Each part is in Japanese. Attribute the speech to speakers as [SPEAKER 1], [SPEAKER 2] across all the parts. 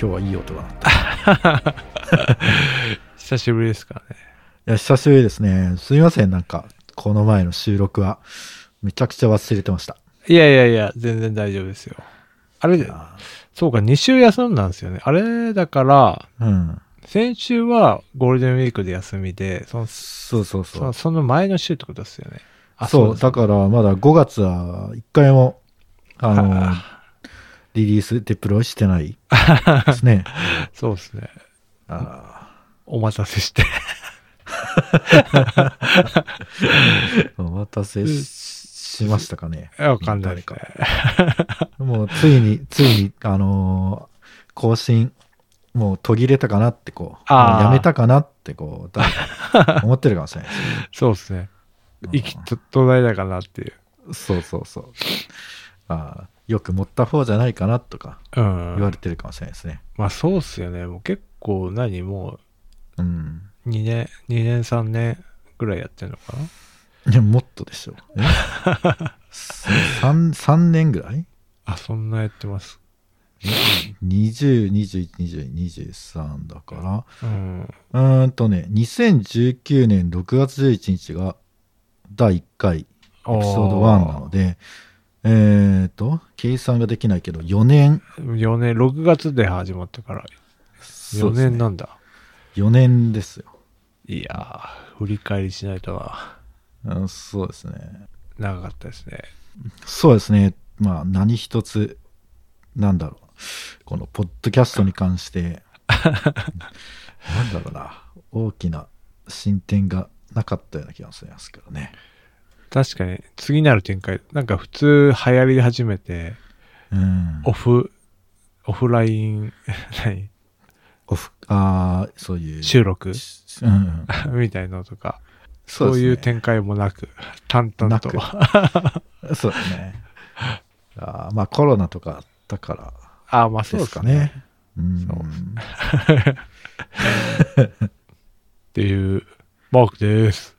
[SPEAKER 1] 今日はいい音が鳴った。
[SPEAKER 2] 久しぶりですからね。
[SPEAKER 1] いや、久しぶりですね。すみません、なんか、この前の収録は、めちゃくちゃ忘れてました。
[SPEAKER 2] いやいやいや、全然大丈夫ですよ。あ
[SPEAKER 1] い
[SPEAKER 2] れ、
[SPEAKER 1] や
[SPEAKER 2] そうか、2週休んだんですよね。あれ、だから、
[SPEAKER 1] うん。
[SPEAKER 2] 先週はゴールデンウィークで休みで、その、
[SPEAKER 1] そうそう
[SPEAKER 2] そ
[SPEAKER 1] そ
[SPEAKER 2] の
[SPEAKER 1] う。
[SPEAKER 2] その前の週ってことですよね。
[SPEAKER 1] そう、だ
[SPEAKER 2] か
[SPEAKER 1] から、まだ5月は、一回も、あの、
[SPEAKER 2] あ
[SPEAKER 1] リリース、デプロイしてないですね。
[SPEAKER 2] そうですね。
[SPEAKER 1] あ
[SPEAKER 2] お待たせ して。
[SPEAKER 1] ーお待たせししましたかね。
[SPEAKER 2] わかんないですね。
[SPEAKER 1] もう、ついに、ついに、あのー更新、もう途切れたかなってこう、
[SPEAKER 2] あー
[SPEAKER 1] もうやめたかなってこう、誰か思ってるかもしれ ないですね
[SPEAKER 2] そうですね。
[SPEAKER 1] うん
[SPEAKER 2] 息と途絶えたかなっていう。
[SPEAKER 1] そうそうそう。ああ、よく持った方じゃないかなとか
[SPEAKER 2] う
[SPEAKER 1] 言わ
[SPEAKER 2] ん
[SPEAKER 1] れ。てるかもしれないですね。
[SPEAKER 2] まあそうっすよね。もう結構何も
[SPEAKER 1] うん。
[SPEAKER 2] う2年、2年3年ぐらいやってんのかない
[SPEAKER 1] や、もっとでしょう。え 3, 三年ぐらい
[SPEAKER 2] あ、そんなやってます。
[SPEAKER 1] ?20、21、22、23だか
[SPEAKER 2] うん。
[SPEAKER 1] ら。うーんとね、2019年6月11日が第1回エピソード1なので、えーと、計算ができないけど、4年。
[SPEAKER 2] 4年、6月で始まってから4年なんだ。
[SPEAKER 1] 4年ですよ。
[SPEAKER 2] いやー、振り返りしないとな。
[SPEAKER 1] うんそうですね。
[SPEAKER 2] 長かったですね。
[SPEAKER 1] そうですね。まあ、何一つ、なんだろう。この、ポッドキャストに関 して、なんだろうな。大きな進展がなかったような気がしますけどね。
[SPEAKER 2] 確かに、次なる展開、なんか普通流行り始めて、
[SPEAKER 1] うん。
[SPEAKER 2] オフ、オフライン、 何
[SPEAKER 1] オフ、ああ、そういう。
[SPEAKER 2] 収録
[SPEAKER 1] うんうん。
[SPEAKER 2] みたいのとか、
[SPEAKER 1] そ
[SPEAKER 2] そうう
[SPEAKER 1] ですね
[SPEAKER 2] いう展開もなく、淡々と。
[SPEAKER 1] なそうですね。あーまあ、コロナとかあったから
[SPEAKER 2] ああ、まあそう
[SPEAKER 1] で
[SPEAKER 2] ですす
[SPEAKER 1] か
[SPEAKER 2] か
[SPEAKER 1] ね
[SPEAKER 2] ね。。
[SPEAKER 1] うん
[SPEAKER 2] そうっていう、マークです。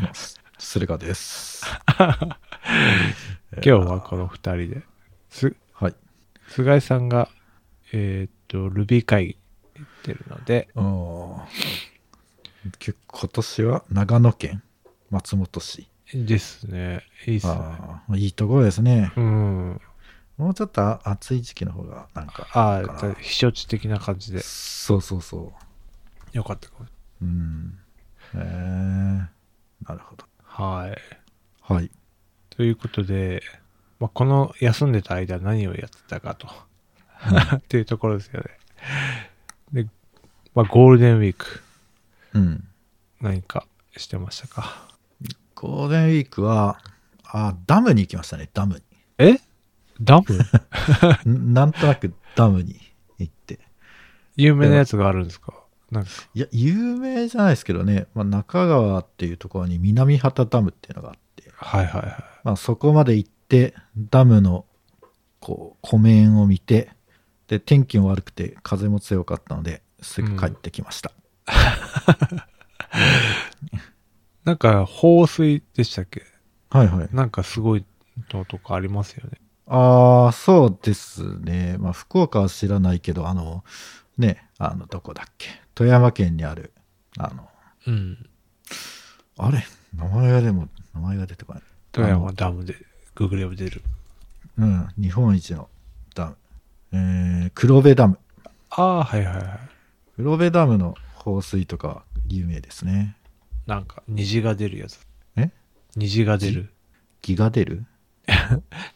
[SPEAKER 1] まあす駿河です。
[SPEAKER 2] 今日はこの二人で。す、
[SPEAKER 1] はい。
[SPEAKER 2] 菅井さんが、えーっと、ルビー会議行ってるので、
[SPEAKER 1] お結構今年は長野県松本市
[SPEAKER 2] ですね。いいっすね。
[SPEAKER 1] ああいいところですね
[SPEAKER 2] うん。
[SPEAKER 1] もうちょっとあ暑い時期の方がなんか
[SPEAKER 2] あ
[SPEAKER 1] いいか
[SPEAKER 2] あ、
[SPEAKER 1] な
[SPEAKER 2] 避暑地的な感じで。
[SPEAKER 1] そうそうそ
[SPEAKER 2] よかったかも。
[SPEAKER 1] ううんへえなるほど
[SPEAKER 2] はい。
[SPEAKER 1] はい
[SPEAKER 2] ということで、まあ、この休んでた間何をやってたかと、 っていうところですよね。で、まあ、ゴールデンウィーク、
[SPEAKER 1] うん
[SPEAKER 2] 何かしてましたか
[SPEAKER 1] ゴールデンウィークはあダムに行きましたねダ ム
[SPEAKER 2] えダム
[SPEAKER 1] にんなんとなくダムに行って
[SPEAKER 2] 有名なやつがあるんですかなんか、
[SPEAKER 1] いや有名じゃないですけどね、まあ、中川っていうところに南畑ダムっていうのがあって
[SPEAKER 2] はいはいはい。
[SPEAKER 1] まあ、そこまで行ってダムのこう湖面を見てで天気も悪くて風も強かったのですぐ帰ってきました、
[SPEAKER 2] なんか、放水でしたっけ
[SPEAKER 1] はいはい
[SPEAKER 2] なんかすごいのとかありますよね。
[SPEAKER 1] ああそうですねまあ福岡は知らないけどあのねあのどこだっけ富山県にあるあの
[SPEAKER 2] うん。
[SPEAKER 1] あれ名前がでも名前が出てこない
[SPEAKER 2] 富山ダムで、ググれば出る。
[SPEAKER 1] うん日本一のダムえー、黒部ダム
[SPEAKER 2] ああ、はいはいはい。
[SPEAKER 1] 黒部ダムの放水とか有名ですね
[SPEAKER 2] なんか、虹が出るやつ。
[SPEAKER 1] え
[SPEAKER 2] 虹が出る。
[SPEAKER 1] ギガ出る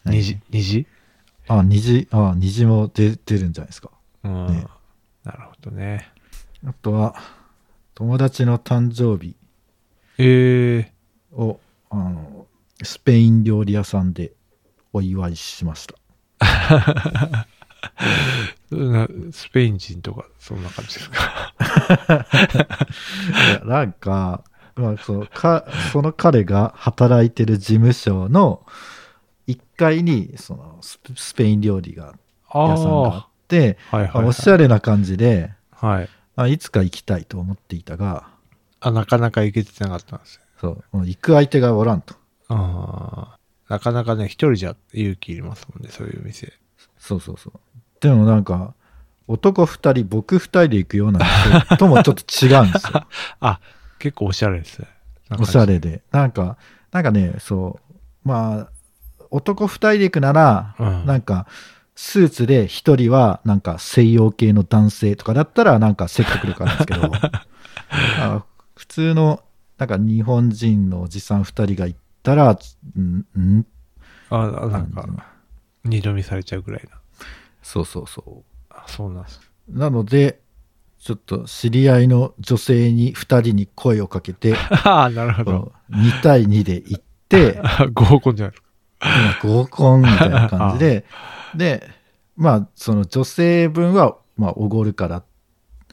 [SPEAKER 2] 虹、虹
[SPEAKER 1] あ、虹、あ、虹も出出るんじゃないですか。
[SPEAKER 2] うん。
[SPEAKER 1] ね
[SPEAKER 2] なるほどね。
[SPEAKER 1] あとは、友達の誕生日
[SPEAKER 2] ええ
[SPEAKER 1] を、あの、スペイン料理屋さんでお祝いしました。
[SPEAKER 2] なスペイン人とか、そんな感じです か。
[SPEAKER 1] いやなんか、まあ、その、か、その彼が働いてる事務所の1階に、そのス、スペイン料理が、
[SPEAKER 2] あ
[SPEAKER 1] 屋さんがあって、
[SPEAKER 2] ー、はい
[SPEAKER 1] あ
[SPEAKER 2] はい、
[SPEAKER 1] おしゃれな感じで、
[SPEAKER 2] はい。はい。
[SPEAKER 1] あ、いつか行きたいと思っていたが、
[SPEAKER 2] あ、なかなか行けてなかったんですよ。
[SPEAKER 1] そう、もう行く相手がおらんと。
[SPEAKER 2] ああ。なかなかね、一人じゃ勇気いりますもんね、そういう店。
[SPEAKER 1] そうそうそう。でもなんか、男2人、僕2人で行くような店ともちょっと違うん ですよ。
[SPEAKER 2] 結構おしゃれですね。なんか
[SPEAKER 1] おしゃれで。なんか、なんかね、そう、まあ、男2人で行くなら、
[SPEAKER 2] うん。
[SPEAKER 1] なんか、スーツで1人は、なんか西洋系の男性とかだったら、なんか説得力あるんですけ ど、あ普通の、なんか日本人のおじさん2人が行ったら、うん、うん
[SPEAKER 2] あ、なんか、二度見されちゃうぐらいな。
[SPEAKER 1] そうそうそう。
[SPEAKER 2] あ、そうなんです。
[SPEAKER 1] なので、ちょっと知り合いの女性に2人に声をかけて、
[SPEAKER 2] ああ、なるほど。
[SPEAKER 1] 2対2で行って、
[SPEAKER 2] 合コンじゃないですか。
[SPEAKER 1] 今合コンみたいな感じで、で、まあ、その女性分は、まあ、おごるからって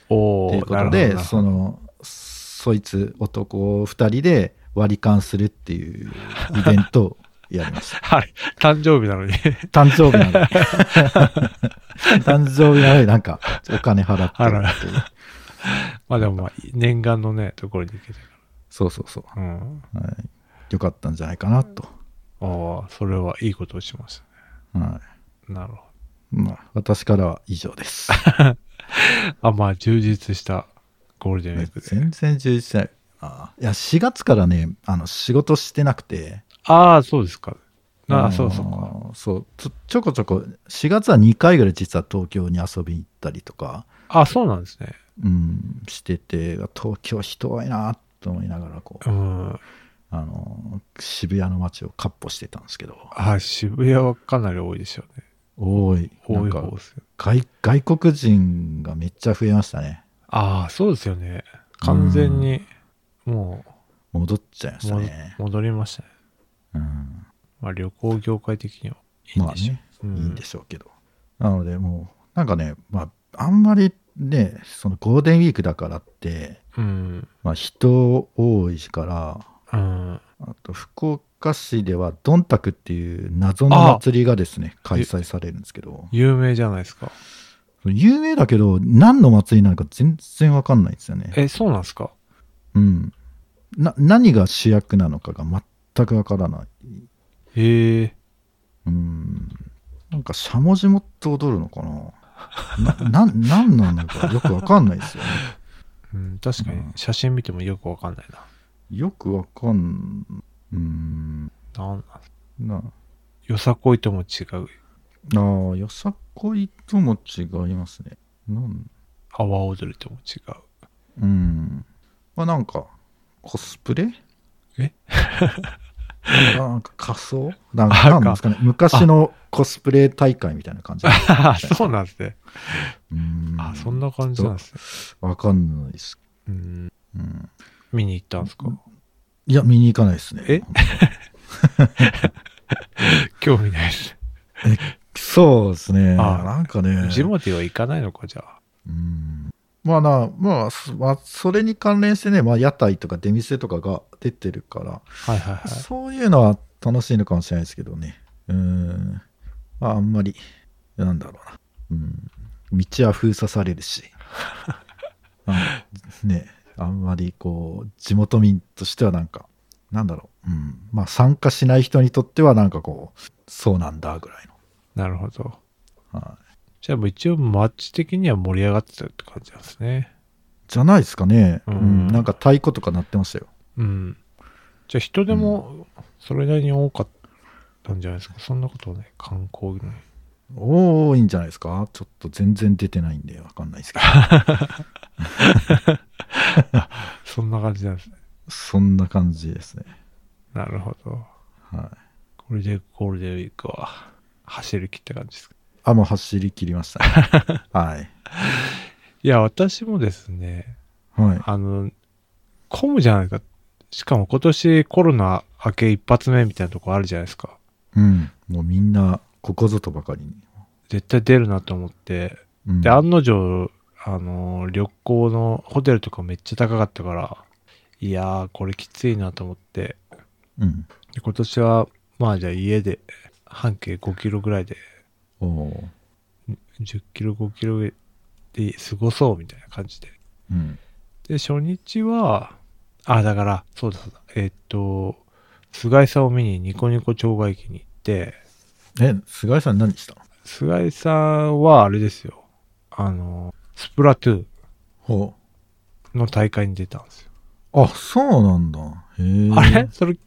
[SPEAKER 2] おお
[SPEAKER 1] いうことで、その、そいつ男2人で割り勘するっていうイベントをやりま した。
[SPEAKER 2] はい。誕生日なのに。
[SPEAKER 1] 誕生日なのに。 誕生日なのになんか、お金払ってるっていう。
[SPEAKER 2] まあでもまあ、念願のね、ところに行けたか
[SPEAKER 1] そうそうそう。
[SPEAKER 2] ら。うん。
[SPEAKER 1] はい、よかったんじゃないかなと。
[SPEAKER 2] ああ、それはいいことをしました
[SPEAKER 1] はい
[SPEAKER 2] ね。なるほ
[SPEAKER 1] まあ、私からは以上 です。
[SPEAKER 2] ど。あ、まあ、充実したゴールデンウィークで。
[SPEAKER 1] 全然充実してないあー。いや、4月からね、あの、仕事してなくて。
[SPEAKER 2] ああ、そうですか。あ
[SPEAKER 1] の
[SPEAKER 2] あ、
[SPEAKER 1] ー
[SPEAKER 2] そうそうか。
[SPEAKER 1] そうちょ、ちょこちょこ、4月は2回ぐらい実は東京に遊びに行ったりとか、
[SPEAKER 2] あそうなんですね。
[SPEAKER 1] うん、してて、東京人多いなと思いながら、こう
[SPEAKER 2] う、ん。
[SPEAKER 1] あのー渋谷の街をかっ歩してたんですけど、
[SPEAKER 2] あ渋谷はかなり多いでしょうね。
[SPEAKER 1] 多い。な
[SPEAKER 2] 多
[SPEAKER 1] ん
[SPEAKER 2] い
[SPEAKER 1] か
[SPEAKER 2] 方ですよ。
[SPEAKER 1] 外、外国人がめっちゃ増えましたね。
[SPEAKER 2] ああ、そうですよね。完全に、も
[SPEAKER 1] 戻っちゃいまし
[SPEAKER 2] う、
[SPEAKER 1] た
[SPEAKER 2] も
[SPEAKER 1] ね。
[SPEAKER 2] 戻りましたね。
[SPEAKER 1] うん、
[SPEAKER 2] まあ、旅行業界的にはいいん
[SPEAKER 1] まあ
[SPEAKER 2] でしょ
[SPEAKER 1] ね。
[SPEAKER 2] う。
[SPEAKER 1] いいんで
[SPEAKER 2] し
[SPEAKER 1] しょうけど、なのでもうなんかね、まあ、あんまりねそのゴールデンウィークだからって、
[SPEAKER 2] ょうん。
[SPEAKER 1] まあ、人多いから
[SPEAKER 2] うん。
[SPEAKER 1] あと福岡市ではドンタクっていう謎の祭りがですね開催されるんですけど
[SPEAKER 2] 有名じゃないですか。
[SPEAKER 1] 有名だけど何の祭りなのか全然わかんないんですよね、
[SPEAKER 2] え、そうなんですか
[SPEAKER 1] うん、な何が主役なのかが全くわからない
[SPEAKER 2] へえ。
[SPEAKER 1] うんなんかしゃもじ持って踊るのかななな何なのかよくわかんないですよね
[SPEAKER 2] うん、確かに
[SPEAKER 1] うん
[SPEAKER 2] 写真見てもよくわかんないな。
[SPEAKER 1] よくわかん、うーん、
[SPEAKER 2] なん
[SPEAKER 1] な、
[SPEAKER 2] よさこいとも違う。
[SPEAKER 1] ああ、よさこいとも違いますね。なん、
[SPEAKER 2] 阿波踊りとも違 う。
[SPEAKER 1] うん。まあなんか、コスプレ
[SPEAKER 2] え
[SPEAKER 1] なんかなんか仮装なん
[SPEAKER 2] あ
[SPEAKER 1] か、なんですかね。昔のコスプレ大会みたいな感じ。
[SPEAKER 2] あそうなんですね。
[SPEAKER 1] うん。
[SPEAKER 2] あそんな感じなんですね。
[SPEAKER 1] わかんないです。
[SPEAKER 2] うん。
[SPEAKER 1] うん。
[SPEAKER 2] 見に行ったんですか
[SPEAKER 1] いや、見に行かないですね。
[SPEAKER 2] え興味ないです。
[SPEAKER 1] そうですね。
[SPEAKER 2] あ
[SPEAKER 1] なんかね。
[SPEAKER 2] ジモティは行かないのか、じゃあ。
[SPEAKER 1] うんまあな、まあ、そまあ、それに関連してね、まあ、屋台とか出店とかが出てるから、
[SPEAKER 2] はいはいはい。
[SPEAKER 1] そういうのは楽しいのかもしれないですけどね。うん。まあ、あんまり、なんだろうな。うん。道は封鎖される し。あね、あんまりこう、地元民としてはなんか、なんだろう。うん。まあ、参加しない人にとってはなんかこう、そうなんだぐらい
[SPEAKER 2] なるほど。
[SPEAKER 1] の。はい。
[SPEAKER 2] じゃあもう一応街的には盛り上がってたって感じなんですね。
[SPEAKER 1] じゃないですかね。
[SPEAKER 2] う
[SPEAKER 1] うんん。なんか太鼓とか鳴ってましたよ。
[SPEAKER 2] うん。じゃあ人でもそれなりに多かったんじゃないですか。そんなことはね、観光の。
[SPEAKER 1] 多いんじゃないですかちょっと全然出てないんでわかんないです けど
[SPEAKER 2] そんな感じなんですね。
[SPEAKER 1] そんな感じですね
[SPEAKER 2] なるほど。
[SPEAKER 1] はい
[SPEAKER 2] これでゴールデンウィークは走り切った感じですか。
[SPEAKER 1] あもう走り切りましたね はい
[SPEAKER 2] いや、私もですね、
[SPEAKER 1] はい
[SPEAKER 2] あの、混むじゃないですか。しかも今年コロナ明け一発目みたいなとこあるじゃないですか。
[SPEAKER 1] うんもうみんなここぞとばかりに、
[SPEAKER 2] 絶対出るなと思って。
[SPEAKER 1] うん、
[SPEAKER 2] で、案の定、あの、旅行のホテルとかめっちゃ高かったから、いやー、これきついなと思って。
[SPEAKER 1] うん
[SPEAKER 2] で今年は、まあじゃあ家で、半径5キロぐらいで、
[SPEAKER 1] おお
[SPEAKER 2] 10キロ5キロで過ごそうみたいな感じで。
[SPEAKER 1] うん
[SPEAKER 2] で、初日は、あ、だから、そうだそうだ、えーっと、菅井さんを見にニコニコ町外駅に行って、
[SPEAKER 1] え菅井さん何したの
[SPEAKER 2] 菅井さんはあれですよ、ああの、スプラトゥ
[SPEAKER 1] ほ
[SPEAKER 2] ーンの大会に出たんですよ。
[SPEAKER 1] う。あ、そうなんだ。へえ。
[SPEAKER 2] あれそれ、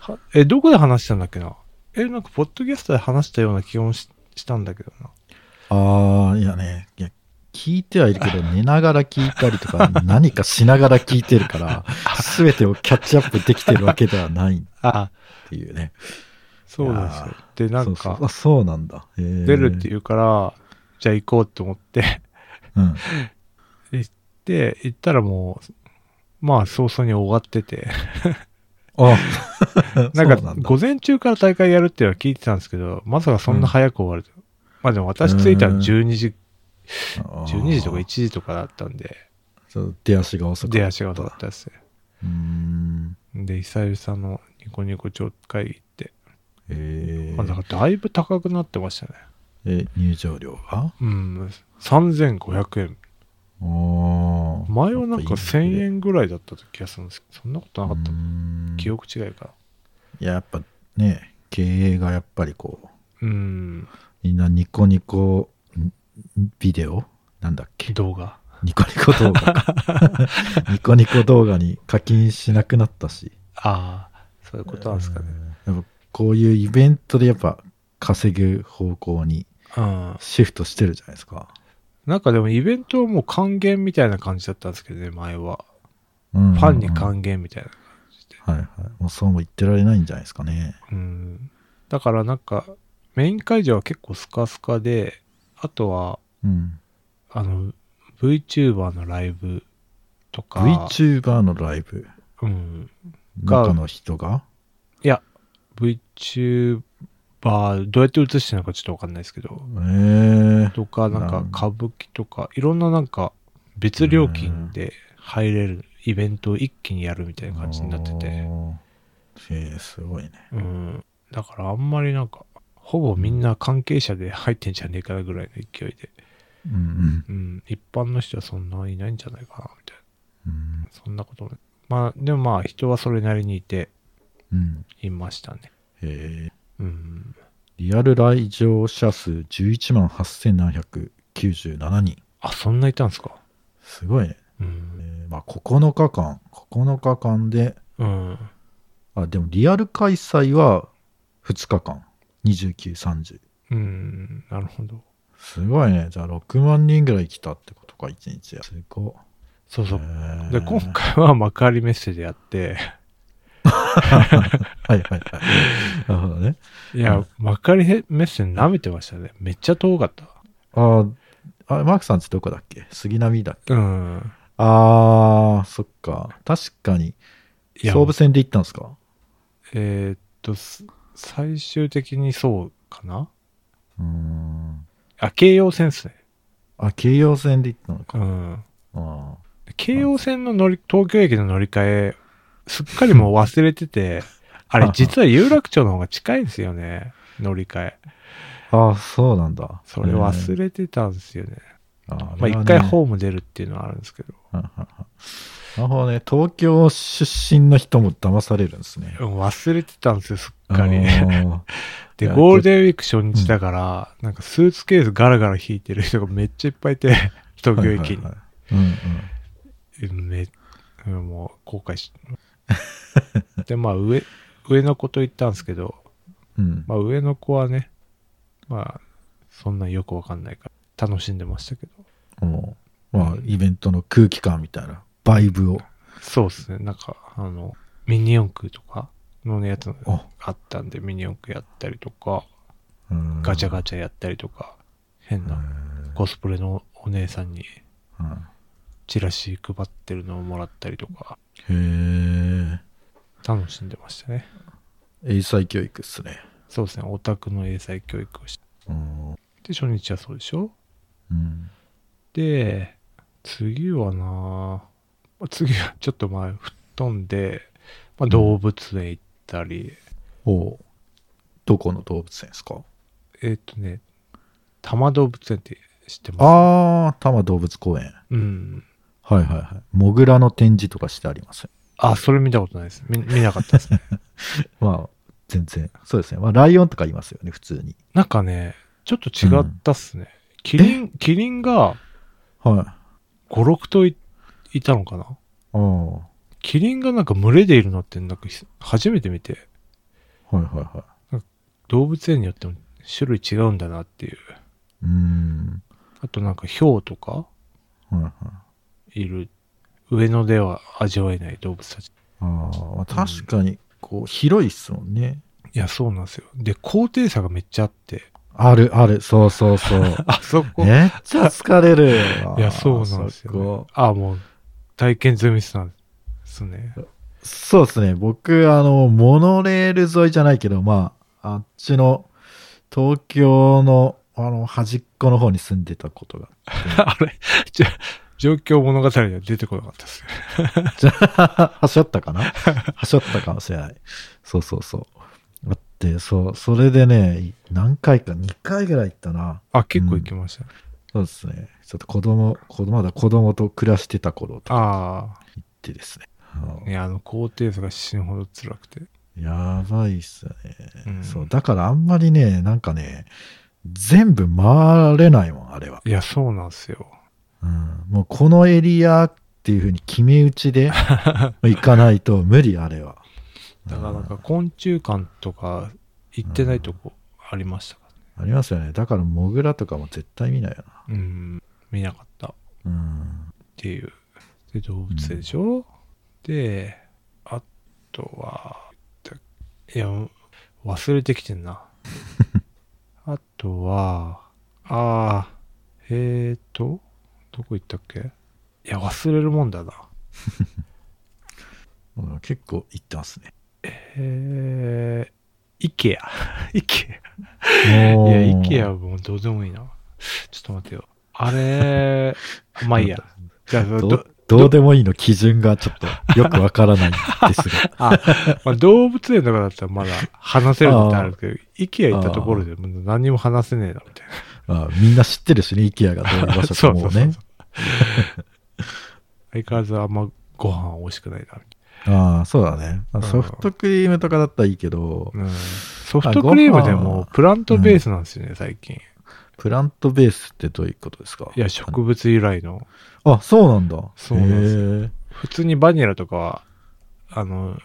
[SPEAKER 2] はえ、どこで話したんだっけなえ、なんか、ポッドキャストで話したような気もししたんだけどな。
[SPEAKER 1] ああ、いやね、いや、聞いてはいるけど、寝ながら聞いたりとか、 何かしながら聞いてるから、すべてをキャッチアップできてるわけではないっ
[SPEAKER 2] あ
[SPEAKER 1] ていうね。
[SPEAKER 2] そう
[SPEAKER 1] い
[SPEAKER 2] で
[SPEAKER 1] や
[SPEAKER 2] すよ。で、なん
[SPEAKER 1] そう
[SPEAKER 2] か
[SPEAKER 1] そう、あそうなんだ。出
[SPEAKER 2] 出るっ
[SPEAKER 1] い
[SPEAKER 2] て
[SPEAKER 1] う。
[SPEAKER 2] 言うから、じゃあ行こうって思って、
[SPEAKER 1] うん。
[SPEAKER 2] で、行ったらもう、まあ、早々に終わってて、
[SPEAKER 1] あ
[SPEAKER 2] なん
[SPEAKER 1] そう
[SPEAKER 2] か
[SPEAKER 1] な、んだ
[SPEAKER 2] 午前中から大会やるっていうのは聞いてたんですけど、まさかそんな早く終わると。まあでも私着いたの12時、12時とか1
[SPEAKER 1] 一
[SPEAKER 2] 時とかだったんで、
[SPEAKER 1] 出足が遅かった。
[SPEAKER 2] 出足が遅かったですね。
[SPEAKER 1] うーん。
[SPEAKER 2] で、久々のニコニコ町会議行って、
[SPEAKER 1] えー
[SPEAKER 2] まあ、だからだいぶ高くなってましたね。
[SPEAKER 1] え、入場料が
[SPEAKER 2] うん、3500円。
[SPEAKER 1] おー
[SPEAKER 2] 前はな
[SPEAKER 1] や
[SPEAKER 2] ん
[SPEAKER 1] っ
[SPEAKER 2] か
[SPEAKER 1] ぱいい
[SPEAKER 2] 1000
[SPEAKER 1] ね
[SPEAKER 2] 円ぐらいだった気がするんですけど、そんなことなかった
[SPEAKER 1] うーん
[SPEAKER 2] 記憶違いか
[SPEAKER 1] いや、やっぱね、経営がやっぱりこう、
[SPEAKER 2] な。うん、
[SPEAKER 1] みんなニコニコんビデオなんだっけ
[SPEAKER 2] 動画。
[SPEAKER 1] ニコニコ動画か ニコニコ動画に課金しなくなったし。
[SPEAKER 2] ああ、そういうことなんですかね。
[SPEAKER 1] うんやっぱこういうイベントでやっぱ稼ぐ方向に
[SPEAKER 2] うん。
[SPEAKER 1] シフトしてるじゃないですか。
[SPEAKER 2] なんかでもイベントはもう還元みたいな感じだったんですけどね、前は。
[SPEAKER 1] フ
[SPEAKER 2] ファンに
[SPEAKER 1] 関
[SPEAKER 2] 還元みたいな。
[SPEAKER 1] はいはい。もうそうも言ってられないんじゃないですかね。
[SPEAKER 2] うん。だからなんか、メイン会場は結構スカスカで、あとは、
[SPEAKER 1] うん。
[SPEAKER 2] あの、VTuber のライブとか。
[SPEAKER 1] VTuber のライブ、
[SPEAKER 2] うん。が
[SPEAKER 1] 中の人が
[SPEAKER 2] いや、VTuber、どうやって映してるのかちょっとわかんないですけど
[SPEAKER 1] え、ー、
[SPEAKER 2] とか、なん
[SPEAKER 1] な
[SPEAKER 2] か
[SPEAKER 1] ん
[SPEAKER 2] 歌舞伎とか、いろんななんか別料金で入れるイベントを一気にやるみたいな感じになってて、
[SPEAKER 1] おー。えー、すごいね。
[SPEAKER 2] うん。だからあんまりなんか、ほぼみんな関係者で入ってんじゃねえかなぐらいの勢いで、
[SPEAKER 1] うんうん。
[SPEAKER 2] うん。一般の人はそんなにいないんじゃないかな、みたい
[SPEAKER 1] うん
[SPEAKER 2] な。そんなことない。まあ、でもまあ人はそれなりにいて、
[SPEAKER 1] うん
[SPEAKER 2] いましたね。
[SPEAKER 1] えー
[SPEAKER 2] うん。
[SPEAKER 1] リアル来場者数11万8797人。
[SPEAKER 2] あ、そんないたんすか
[SPEAKER 1] すごいね。
[SPEAKER 2] う
[SPEAKER 1] え
[SPEAKER 2] ん。
[SPEAKER 1] ーまあ、9日間、9日間で、
[SPEAKER 2] うん。
[SPEAKER 1] あ、でもリアル開催は2日間、29、30。
[SPEAKER 2] うん、なるほど。
[SPEAKER 1] すごいね。じゃあ6万人ぐらい来たってことか、1日や。すご
[SPEAKER 2] そう
[SPEAKER 1] い。
[SPEAKER 2] そう。
[SPEAKER 1] へー
[SPEAKER 2] で、今回は幕張メッセでやっ
[SPEAKER 1] は
[SPEAKER 2] て、
[SPEAKER 1] い はいはい。なるほどね。
[SPEAKER 2] いや、幕張メッセ舐めてましたね。めっちゃ遠かっ
[SPEAKER 1] ああ、マークさんちどこだっけ杉並だっけ
[SPEAKER 2] た。うん。
[SPEAKER 1] ああ、そっか。確かに。
[SPEAKER 2] いや、
[SPEAKER 1] 総武線で行ったんですか
[SPEAKER 2] えーっと、す最終的にそうかな
[SPEAKER 1] うーん。
[SPEAKER 2] あ、京葉線っすね。
[SPEAKER 1] あ、京葉線で行ったの
[SPEAKER 2] う
[SPEAKER 1] か。
[SPEAKER 2] ん。
[SPEAKER 1] あ
[SPEAKER 2] 京葉線の乗り、東京駅の乗り換え、すっかりもう忘れてて、 あれ、実は有楽町の方が近いんですよね。乗り換え。
[SPEAKER 1] あああ、そうなんだ。
[SPEAKER 2] それ忘
[SPEAKER 1] れ。
[SPEAKER 2] れてたんですよね。
[SPEAKER 1] あー
[SPEAKER 2] まあ、一回。ホーム出るっていうのはあるんですけど。
[SPEAKER 1] あれはねなるほどね。東京出身の人も騙されるんですね。
[SPEAKER 2] うん忘れてたんですよ、すっかり。
[SPEAKER 1] あい
[SPEAKER 2] で、
[SPEAKER 1] や
[SPEAKER 2] ゴールデンウィーク初日だから、なんかスーツケースガラガラ引いてる人がめっちゃいっぱい いて、東京
[SPEAKER 1] ー
[SPEAKER 2] 駅に。
[SPEAKER 1] はいはいはいうんうん。
[SPEAKER 2] めうんもう後悔し。 で、まあ上、上の子と行ったんですけど、
[SPEAKER 1] うん、
[SPEAKER 2] まあ上の子はね、まあ、そんなよくわかんないから、楽しんでましたけど。
[SPEAKER 1] もうまあ、イベントの空気感みたいな、バイブを。
[SPEAKER 2] そうですね、なんか、あの、ミニ四駆とかのねやつが
[SPEAKER 1] あ
[SPEAKER 2] あったんで、ミニ四駆やったりとか、
[SPEAKER 1] うん
[SPEAKER 2] ガチャガチャやったりとか、変
[SPEAKER 1] う
[SPEAKER 2] なんコスプレのお姉さんに
[SPEAKER 1] うん
[SPEAKER 2] チラシ配ってるのをもらったりとか、
[SPEAKER 1] へ
[SPEAKER 2] 楽しんでましたね。
[SPEAKER 1] え、英才教育っすね。
[SPEAKER 2] そうですね、オタクの英才教育をして。
[SPEAKER 1] うん
[SPEAKER 2] で、初日はそうでしょ
[SPEAKER 1] うん。
[SPEAKER 2] で、次はなまあ次はちょっと前、吹っ飛んで、まあ、動物園行ったり、
[SPEAKER 1] おうどこの動物園ですか
[SPEAKER 2] えっ、とね、多摩動物園って知ってます
[SPEAKER 1] ああ、多摩動物公園。
[SPEAKER 2] うん。
[SPEAKER 1] はいはいはい。モグラの展示とかしてあります。
[SPEAKER 2] あ、それ見たことないです。見見なかった ですね。
[SPEAKER 1] まあ、全然。そうですね。まあ、ライオンとかいますよね、普通に。
[SPEAKER 2] なんかね、ちょっと違ったっすね。キリン、キリンが
[SPEAKER 1] はい。あ
[SPEAKER 2] 5、6頭いいたのかな
[SPEAKER 1] あ。は
[SPEAKER 2] キリンがなんか群れでいるのってなんかひ初めて見て、
[SPEAKER 1] いはいは
[SPEAKER 2] 動物園によっても種類違うんだなっていう。
[SPEAKER 1] い。うーん。
[SPEAKER 2] あとなんかヒョウとか
[SPEAKER 1] はいはい。
[SPEAKER 2] いる。上野では味わえない動物たち。
[SPEAKER 1] ああ、まあ確かに、こう、広いっすもんね。
[SPEAKER 2] いや、そうなんですよ。で、高低差がめっちゃあって。
[SPEAKER 1] あるある、そうそう そう。
[SPEAKER 2] あそこ。
[SPEAKER 1] めっちゃ疲れるよ。
[SPEAKER 2] いや、そうなんですよ、ね
[SPEAKER 1] そこ。
[SPEAKER 2] あもう、体験済みしたんですね。
[SPEAKER 1] そうですね。僕、あの、モノレール沿いじゃないけど、まあ、あっちの、東京の、あの、端っこの方に住んでたことが。
[SPEAKER 2] あれじゃ、状況物語には出てこなかったですね。
[SPEAKER 1] じゃあ、 はしょったかな はしょったかもしれない。そうそうそう。あって、そう、それでね、何回か、2回ぐらい行ったな。
[SPEAKER 2] あ、結構行きましたね。
[SPEAKER 1] そうですね。ちょっと子供、子供まだ子供と暮らしてた頃とか
[SPEAKER 2] あ
[SPEAKER 1] ってですね。
[SPEAKER 2] あ。いや、あの、高低差が死ぬほど辛くて。
[SPEAKER 1] やばいっすよね。
[SPEAKER 2] うん
[SPEAKER 1] そう、だからあんまりね、なんかね、全部回れないもん、あれは。
[SPEAKER 2] いや、そうなんですよ。
[SPEAKER 1] うん、もうこのエリアっていうふうに決め打ち で行かないと無理、あれは。
[SPEAKER 2] だからなん
[SPEAKER 1] う
[SPEAKER 2] か昆虫館とか行ってないとこありましたか
[SPEAKER 1] んありますよね。だからモグラとかも絶対見ないよな。
[SPEAKER 2] ら、うん、見なかったっ
[SPEAKER 1] うん。
[SPEAKER 2] ていう。で、動物園でしょ、で、あとは、だいや、忘れてきて んな。あとは、ああ、えーと、どこ行ったっけいや、忘れるもんだな。
[SPEAKER 1] うん結構行ってますね。
[SPEAKER 2] えー、イケア。 イケア。い
[SPEAKER 1] い
[SPEAKER 2] や、イケアはもうどうでもいいな。ちょっと待ってよ。あれ、まあいいや。じゃあ、
[SPEAKER 1] ど
[SPEAKER 2] ど
[SPEAKER 1] どうでもいいの基準がちょっとよくわからないんです が。
[SPEAKER 2] まあ、動物園とかだったらまだ話せるのってあるけど、イケア行ったところでもう何にも話せねえな、みたい
[SPEAKER 1] あみんな知ってるしね、IKEA がどういう
[SPEAKER 2] な。
[SPEAKER 1] 場
[SPEAKER 2] そう
[SPEAKER 1] 所か
[SPEAKER 2] そう
[SPEAKER 1] も
[SPEAKER 2] そううそう
[SPEAKER 1] ね。。
[SPEAKER 2] 相変わらずあんまご飯美味しくないな、み
[SPEAKER 1] ああ、そうだね。まあ
[SPEAKER 2] うん
[SPEAKER 1] ソフトクリームとかだったらいいけど、
[SPEAKER 2] たいな。うんソフトクリームでもプラントベースなんですよね、最近。
[SPEAKER 1] プラントベースってどういうことですか
[SPEAKER 2] いや、植物由来の。
[SPEAKER 1] あ、そうなんだ。
[SPEAKER 2] そうなんです
[SPEAKER 1] へえ
[SPEAKER 2] 普通にバニラとかは、あの、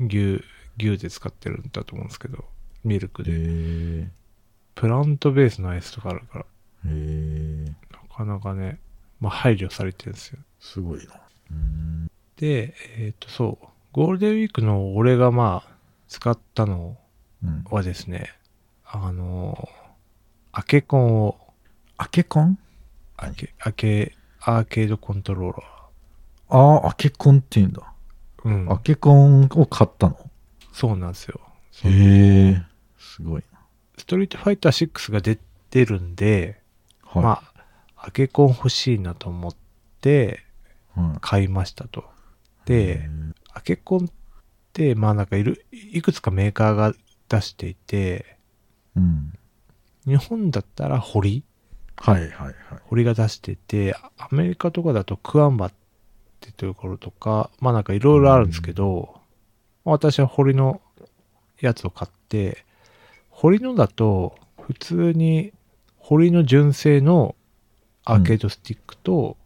[SPEAKER 2] 牛、牛で使ってるんだと思うんですけど、ミルクで。
[SPEAKER 1] へ
[SPEAKER 2] プラントベースのアイスとかあるから、
[SPEAKER 1] えへえ
[SPEAKER 2] なかなかね、まあ配慮されてるんですよ。
[SPEAKER 1] すごいな。うーん
[SPEAKER 2] で、えっ、と、そう、ゴールデンウィークの俺がまあ、使ったの
[SPEAKER 1] うん。
[SPEAKER 2] はですね、あのー、アケコンを、
[SPEAKER 1] アケコン
[SPEAKER 2] アケ、アケ、アーケードコントローラ
[SPEAKER 1] ああ、アケコンって言うんだ。
[SPEAKER 2] ー。うん。
[SPEAKER 1] アケコンを買ったの。
[SPEAKER 2] そうなんですよ。そ
[SPEAKER 1] へ
[SPEAKER 2] う
[SPEAKER 1] えすごいな。
[SPEAKER 2] ストリートファイター6が出てるんで、
[SPEAKER 1] はい。
[SPEAKER 2] まあ、アケコン欲しいなと思って、
[SPEAKER 1] うん
[SPEAKER 2] 買いましたと。で、
[SPEAKER 1] へー
[SPEAKER 2] アケコンって、まあなんかいる、いくつかメーカーが出していて、
[SPEAKER 1] うん。
[SPEAKER 2] 日本だったら堀
[SPEAKER 1] はいはいはい。
[SPEAKER 2] 堀が出してて、アメリカとかだとクアンバってところとか、まあなんかいろいろあるんですけど、まあ私は堀のやつを買って、堀のだと普通に堀の純正のアーケードスティックと、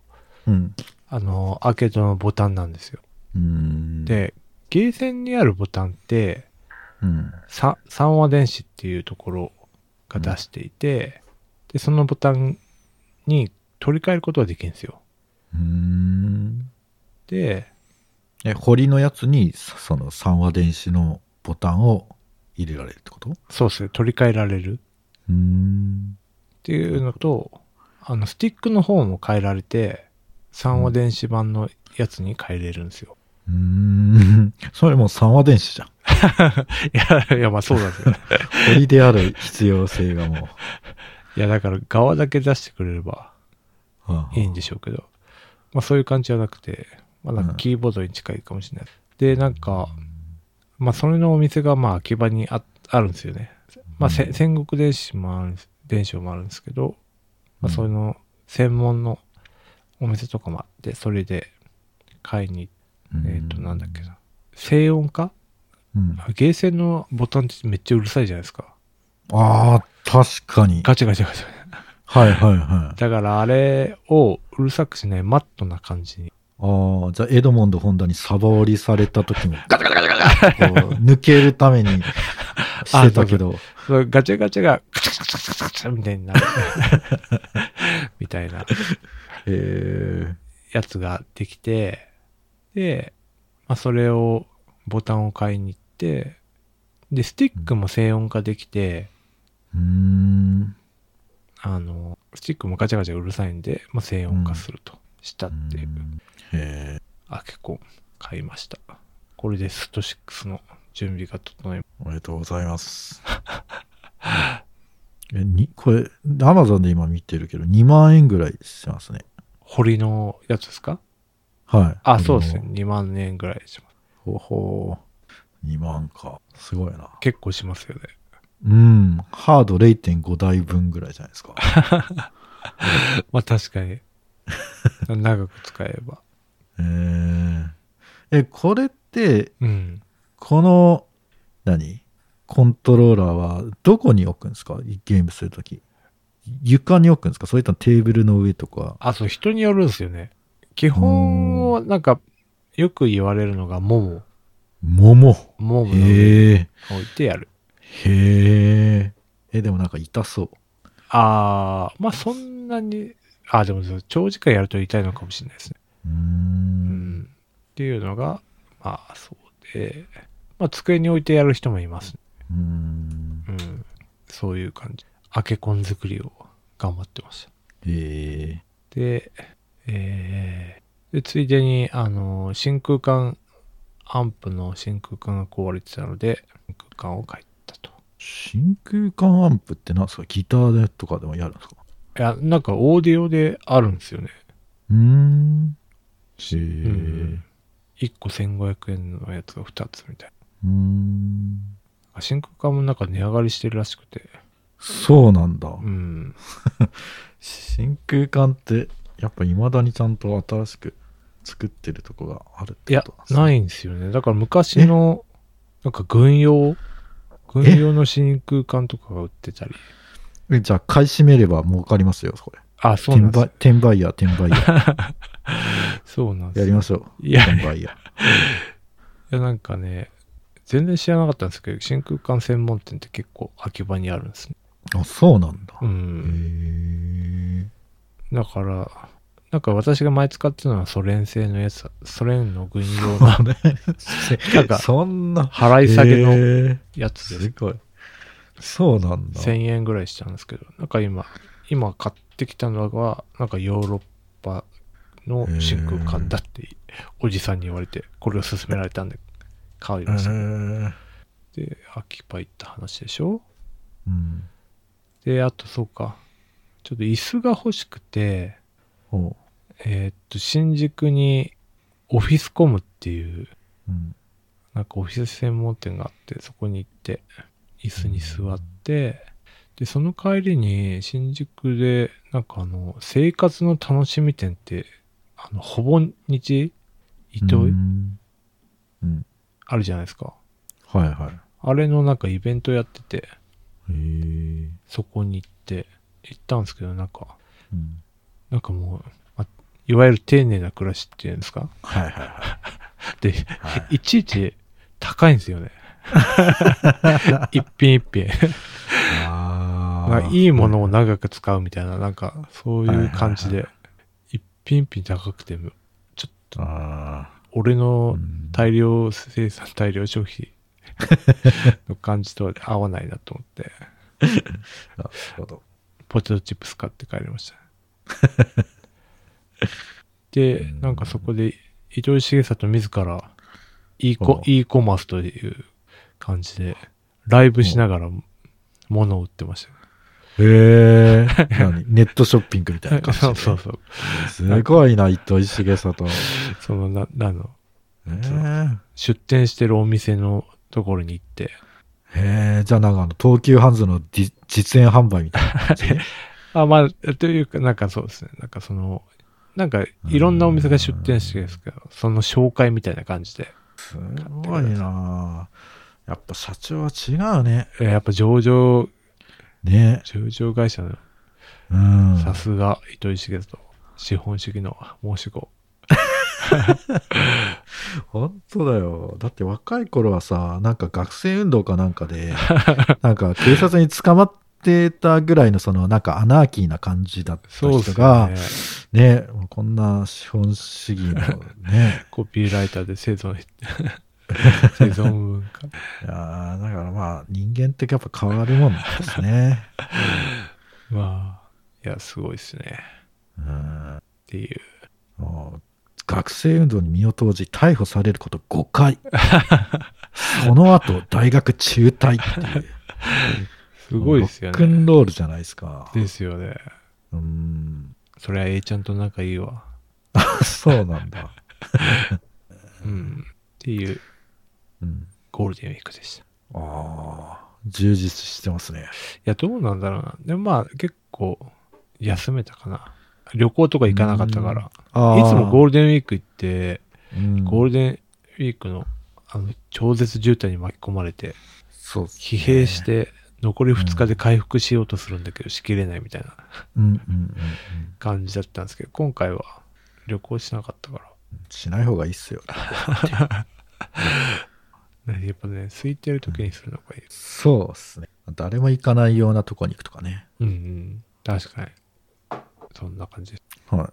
[SPEAKER 1] うん。
[SPEAKER 2] あの、アーケードのボタンなんですよ。
[SPEAKER 1] うーん、
[SPEAKER 2] で、ゲーセンにあるボタンって、
[SPEAKER 1] うん。
[SPEAKER 2] さ三和電子っていうところが出していて、でそのボタンに取り替えることができるんですよ
[SPEAKER 1] うーん。
[SPEAKER 2] で
[SPEAKER 1] え、堀のやつに、そその三和電子のボタンを入れられるってことう
[SPEAKER 2] そうですね取り替えられる
[SPEAKER 1] ーん。
[SPEAKER 2] っていうのとあのスティックの方も変えられて三和電子版のやつに変えれるんですよ、
[SPEAKER 1] うーん。 それもう三和電子じゃん。
[SPEAKER 2] いやいやまあそうなんですよ
[SPEAKER 1] 堀である必要性がも
[SPEAKER 2] いやだから側だけ出してくれれば
[SPEAKER 1] う。はあはあ
[SPEAKER 2] いいんでしょうけど、まあそういう感じじゃなくてまあなんかキーボードに近いかもしれない、でなんかまあ、それのお店が、まあ、秋葉にああるんですよね。まあ、せ戦国電子もあるんです、電子もあるんですけど、まあ、
[SPEAKER 1] うん
[SPEAKER 2] その、専門のお店とかもあって、それで買いに、
[SPEAKER 1] うん
[SPEAKER 2] えっ、と、なんだっけな。静音化
[SPEAKER 1] うん
[SPEAKER 2] ゲーセンのボタンってめっちゃうるさいじゃないですか。
[SPEAKER 1] ああ、確かに。
[SPEAKER 2] ガチャガチャガチャ。
[SPEAKER 1] はいはいはい。
[SPEAKER 2] だからあれをうるさくしないマットな感じに。
[SPEAKER 1] ああ、じゃあエドモンド・ホンダにサバ折りされた時も、ガタガタガタガタこう抜けるためにしてたけど、
[SPEAKER 2] そのガチャガチャがカチャカチャカチャカチャみたいに なる。みたいな
[SPEAKER 1] えー、
[SPEAKER 2] やつができて、で、まあ、それをボタンを買いに行って、で、スティックも静音化できて、
[SPEAKER 1] うーん、
[SPEAKER 2] あの、スティックもガチャガチャうるさいんで、まあ、静音化するとしたっていう。
[SPEAKER 1] え
[SPEAKER 2] あ、結構買いました。これでスト6の準備が整い
[SPEAKER 1] ー、おめでとうございます。 え、に、これ、アマゾンで今見てるけど、2万円ぐらいしてますね。
[SPEAKER 2] 堀のやつですか
[SPEAKER 1] はい。
[SPEAKER 2] あ、そうですね。。2万円ぐらいします。
[SPEAKER 1] ほほう。2万か。すごいな。
[SPEAKER 2] 結構しますよね。
[SPEAKER 1] うん。ハード0.5台分ぐらいじゃないですか。
[SPEAKER 2] まあ確かに。 長く使えば。
[SPEAKER 1] えー、え、これって、
[SPEAKER 2] うん。
[SPEAKER 1] この、何コントローラーはどこに置くんですかゲームするとき。床に置くんですかそれともテーブルの上とか。
[SPEAKER 2] あ、そう、人によるんですよね。基本は、なんか、よく言われるのが、もも。
[SPEAKER 1] 桃。
[SPEAKER 2] ももの上に
[SPEAKER 1] へえ。
[SPEAKER 2] 置いてやる。
[SPEAKER 1] へえ。え、でもなんか痛そう。
[SPEAKER 2] あー、まあそんなに、あ、でもそう長時間やると痛いのかもしれないですね。
[SPEAKER 1] うー。
[SPEAKER 2] うんん。っていうのが、まあそうで、まあ机に置いてやる人もいます、
[SPEAKER 1] うーん。
[SPEAKER 2] うん。そういう感じ。アケコン作りを頑張ってました。
[SPEAKER 1] へえ。
[SPEAKER 2] で、えーで、ついでに、あの、真空管、アンプの真空管が壊れてたので、真空管を買ったと。
[SPEAKER 1] 真空管アンプって何ですかギターでとかでもやるんですか
[SPEAKER 2] いや、なんかオーディオであるんですよね。
[SPEAKER 1] うーん。へえ。
[SPEAKER 2] ん1個1500円のやつが2つみたいう
[SPEAKER 1] ーん。
[SPEAKER 2] な。真空管もなんか値上がりしてるらしくて。
[SPEAKER 1] そうなんだ。
[SPEAKER 2] うん。
[SPEAKER 1] 真空管ってやっぱ未だにちゃんと新しく作ってるとこがあるっ
[SPEAKER 2] い
[SPEAKER 1] て
[SPEAKER 2] や
[SPEAKER 1] ことなん、ですね
[SPEAKER 2] ないんですよね。だから昔の、なんか軍用、軍用の真空管とかが売ってたり。
[SPEAKER 1] えじゃあ買い占めれば儲かりますよこれ
[SPEAKER 2] あ、そうな
[SPEAKER 1] 転
[SPEAKER 2] んです
[SPEAKER 1] 売転売屋転売 屋
[SPEAKER 2] そうなんです
[SPEAKER 1] やりましょう
[SPEAKER 2] いや
[SPEAKER 1] 転売屋
[SPEAKER 2] いや、なんかね、全然知らなかったんですけど、真空管専門店って結構秋葉にあるんですね。
[SPEAKER 1] あそうなんだ、
[SPEAKER 2] う
[SPEAKER 1] へ
[SPEAKER 2] ん。
[SPEAKER 1] え
[SPEAKER 2] だから、なんか私が前使ってたのはソ連製のやつだ、ソ連の軍用のなん か
[SPEAKER 1] そんな
[SPEAKER 2] 払い下げの
[SPEAKER 1] へえ
[SPEAKER 2] やつです
[SPEAKER 1] す。ごいそうなんだ
[SPEAKER 2] 1000円ぐらいしたんですけど、なんか今、今買ってきたのは、なんかヨーロッパの真空管だって、おじさんに言われて、これを勧められたんで、買い
[SPEAKER 1] へ
[SPEAKER 2] ました。
[SPEAKER 1] え
[SPEAKER 2] で、秋葉行った話でしょ
[SPEAKER 1] うん
[SPEAKER 2] で、あとそうか。ちょっと椅子が欲しくて、
[SPEAKER 1] おう
[SPEAKER 2] えーっと、新宿にオフィスコムっていう、
[SPEAKER 1] うん
[SPEAKER 2] なんかオフィス専門店があって、そこに行って、椅子に座って、で、その帰りに新宿で、なんかあの、生活の楽しみ店って、あの、ほぼ日、糸
[SPEAKER 1] う
[SPEAKER 2] 井
[SPEAKER 1] んうん
[SPEAKER 2] あるじゃないですか。
[SPEAKER 1] はいは
[SPEAKER 2] あれのなんかイベントやってて、
[SPEAKER 1] いへえ
[SPEAKER 2] そこに行って、行ったんですけど、なんか、
[SPEAKER 1] うん
[SPEAKER 2] なんかもう、まいわゆる丁寧な暮らしっていうんですか
[SPEAKER 1] はいはいは
[SPEAKER 2] で、
[SPEAKER 1] いはい
[SPEAKER 2] いちいち高いんで すよね。一品一品。
[SPEAKER 1] あ
[SPEAKER 2] まあ
[SPEAKER 1] ー
[SPEAKER 2] いいものを長く使うみたいな、なんか、そういう感じで、一品一品高くても、ちょっと、
[SPEAKER 1] あ
[SPEAKER 2] 俺
[SPEAKER 1] あ
[SPEAKER 2] の
[SPEAKER 1] うん
[SPEAKER 2] 大量生産、大量消 費の感じとは合わないなと思って、
[SPEAKER 1] なるほど。
[SPEAKER 2] ポテトチップス買って帰りま した。で、なんかそこで、糸井重里自ら、e コ
[SPEAKER 1] ほう
[SPEAKER 2] ーマースという感じで、ライブしながら物を売ってましたよ。
[SPEAKER 1] へえ。何 ネットショッピングみたいな感じで。
[SPEAKER 2] そうそうそう。
[SPEAKER 1] すごいな、糸井重里。
[SPEAKER 2] その、な、なの、
[SPEAKER 1] へ
[SPEAKER 2] 出店してるお店のところに行って、
[SPEAKER 1] え。へえ。じゃあなんかあの、東急ハンズの実実演販売みたいな感じ。
[SPEAKER 2] あ、まあ、というか、なんかそうですね、なんかその、なんかいろんなお店が出店してるんですけど、その紹介みたいな感じで、
[SPEAKER 1] すごいな。やっぱ社長は違うね。
[SPEAKER 2] えやっぱ上場、
[SPEAKER 1] ね
[SPEAKER 2] 上場会社の
[SPEAKER 1] うん。
[SPEAKER 2] さすが糸井重里資本主義の申し子
[SPEAKER 1] 本当だよ。だって若い頃はさ、なんか学生運動かなんかで、 なんか警察に捕まってたぐらいのそのなんかアナーキーな感じだった
[SPEAKER 2] そうで
[SPEAKER 1] 人
[SPEAKER 2] すよ
[SPEAKER 1] が、
[SPEAKER 2] ね、
[SPEAKER 1] ねもうこんな資本主義のね
[SPEAKER 2] コピーライターで生存 生存文化
[SPEAKER 1] いやーだからまあ人間ってやっぱ変わるもんですね。
[SPEAKER 2] まあいやすごいですね
[SPEAKER 1] うん
[SPEAKER 2] っていう
[SPEAKER 1] もう学生運動に身を投じ逮捕されること5回。その後大学中退っていう。
[SPEAKER 2] すごいですよ
[SPEAKER 1] ロックン
[SPEAKER 2] ね
[SPEAKER 1] ロールじゃないですか。
[SPEAKER 2] ですよね
[SPEAKER 1] うん
[SPEAKER 2] そりゃ A ちゃんと仲いいわ
[SPEAKER 1] そうなんだ。
[SPEAKER 2] うんっていう
[SPEAKER 1] うん、
[SPEAKER 2] ゴールデンウィークでした
[SPEAKER 1] ああ、充実してますね。
[SPEAKER 2] いや、どうなんだろうな。でもまあ、結構、休めたかな。旅行とか行かなかったから。
[SPEAKER 1] あ
[SPEAKER 2] いつもゴー
[SPEAKER 1] ー
[SPEAKER 2] ルデンウィーク行って、
[SPEAKER 1] ル、うん
[SPEAKER 2] ゴールデンウィークの、あの、超絶渋滞に巻き込まれて、
[SPEAKER 1] そうっすね
[SPEAKER 2] 疲弊し。て、残り2日で回復しようとするんだけど、しきれないみたいな
[SPEAKER 1] うんうんうんうん。
[SPEAKER 2] 感じだったんですけど、今回は旅行しなかったか
[SPEAKER 1] しない方がいいっすよ。
[SPEAKER 2] ら。ねやっぱね、空いてる時にするのがいい。
[SPEAKER 1] そうっすね。誰も行かないようなとこに行くとかね。
[SPEAKER 2] うんうん。確かに。そんな感じです。
[SPEAKER 1] はい。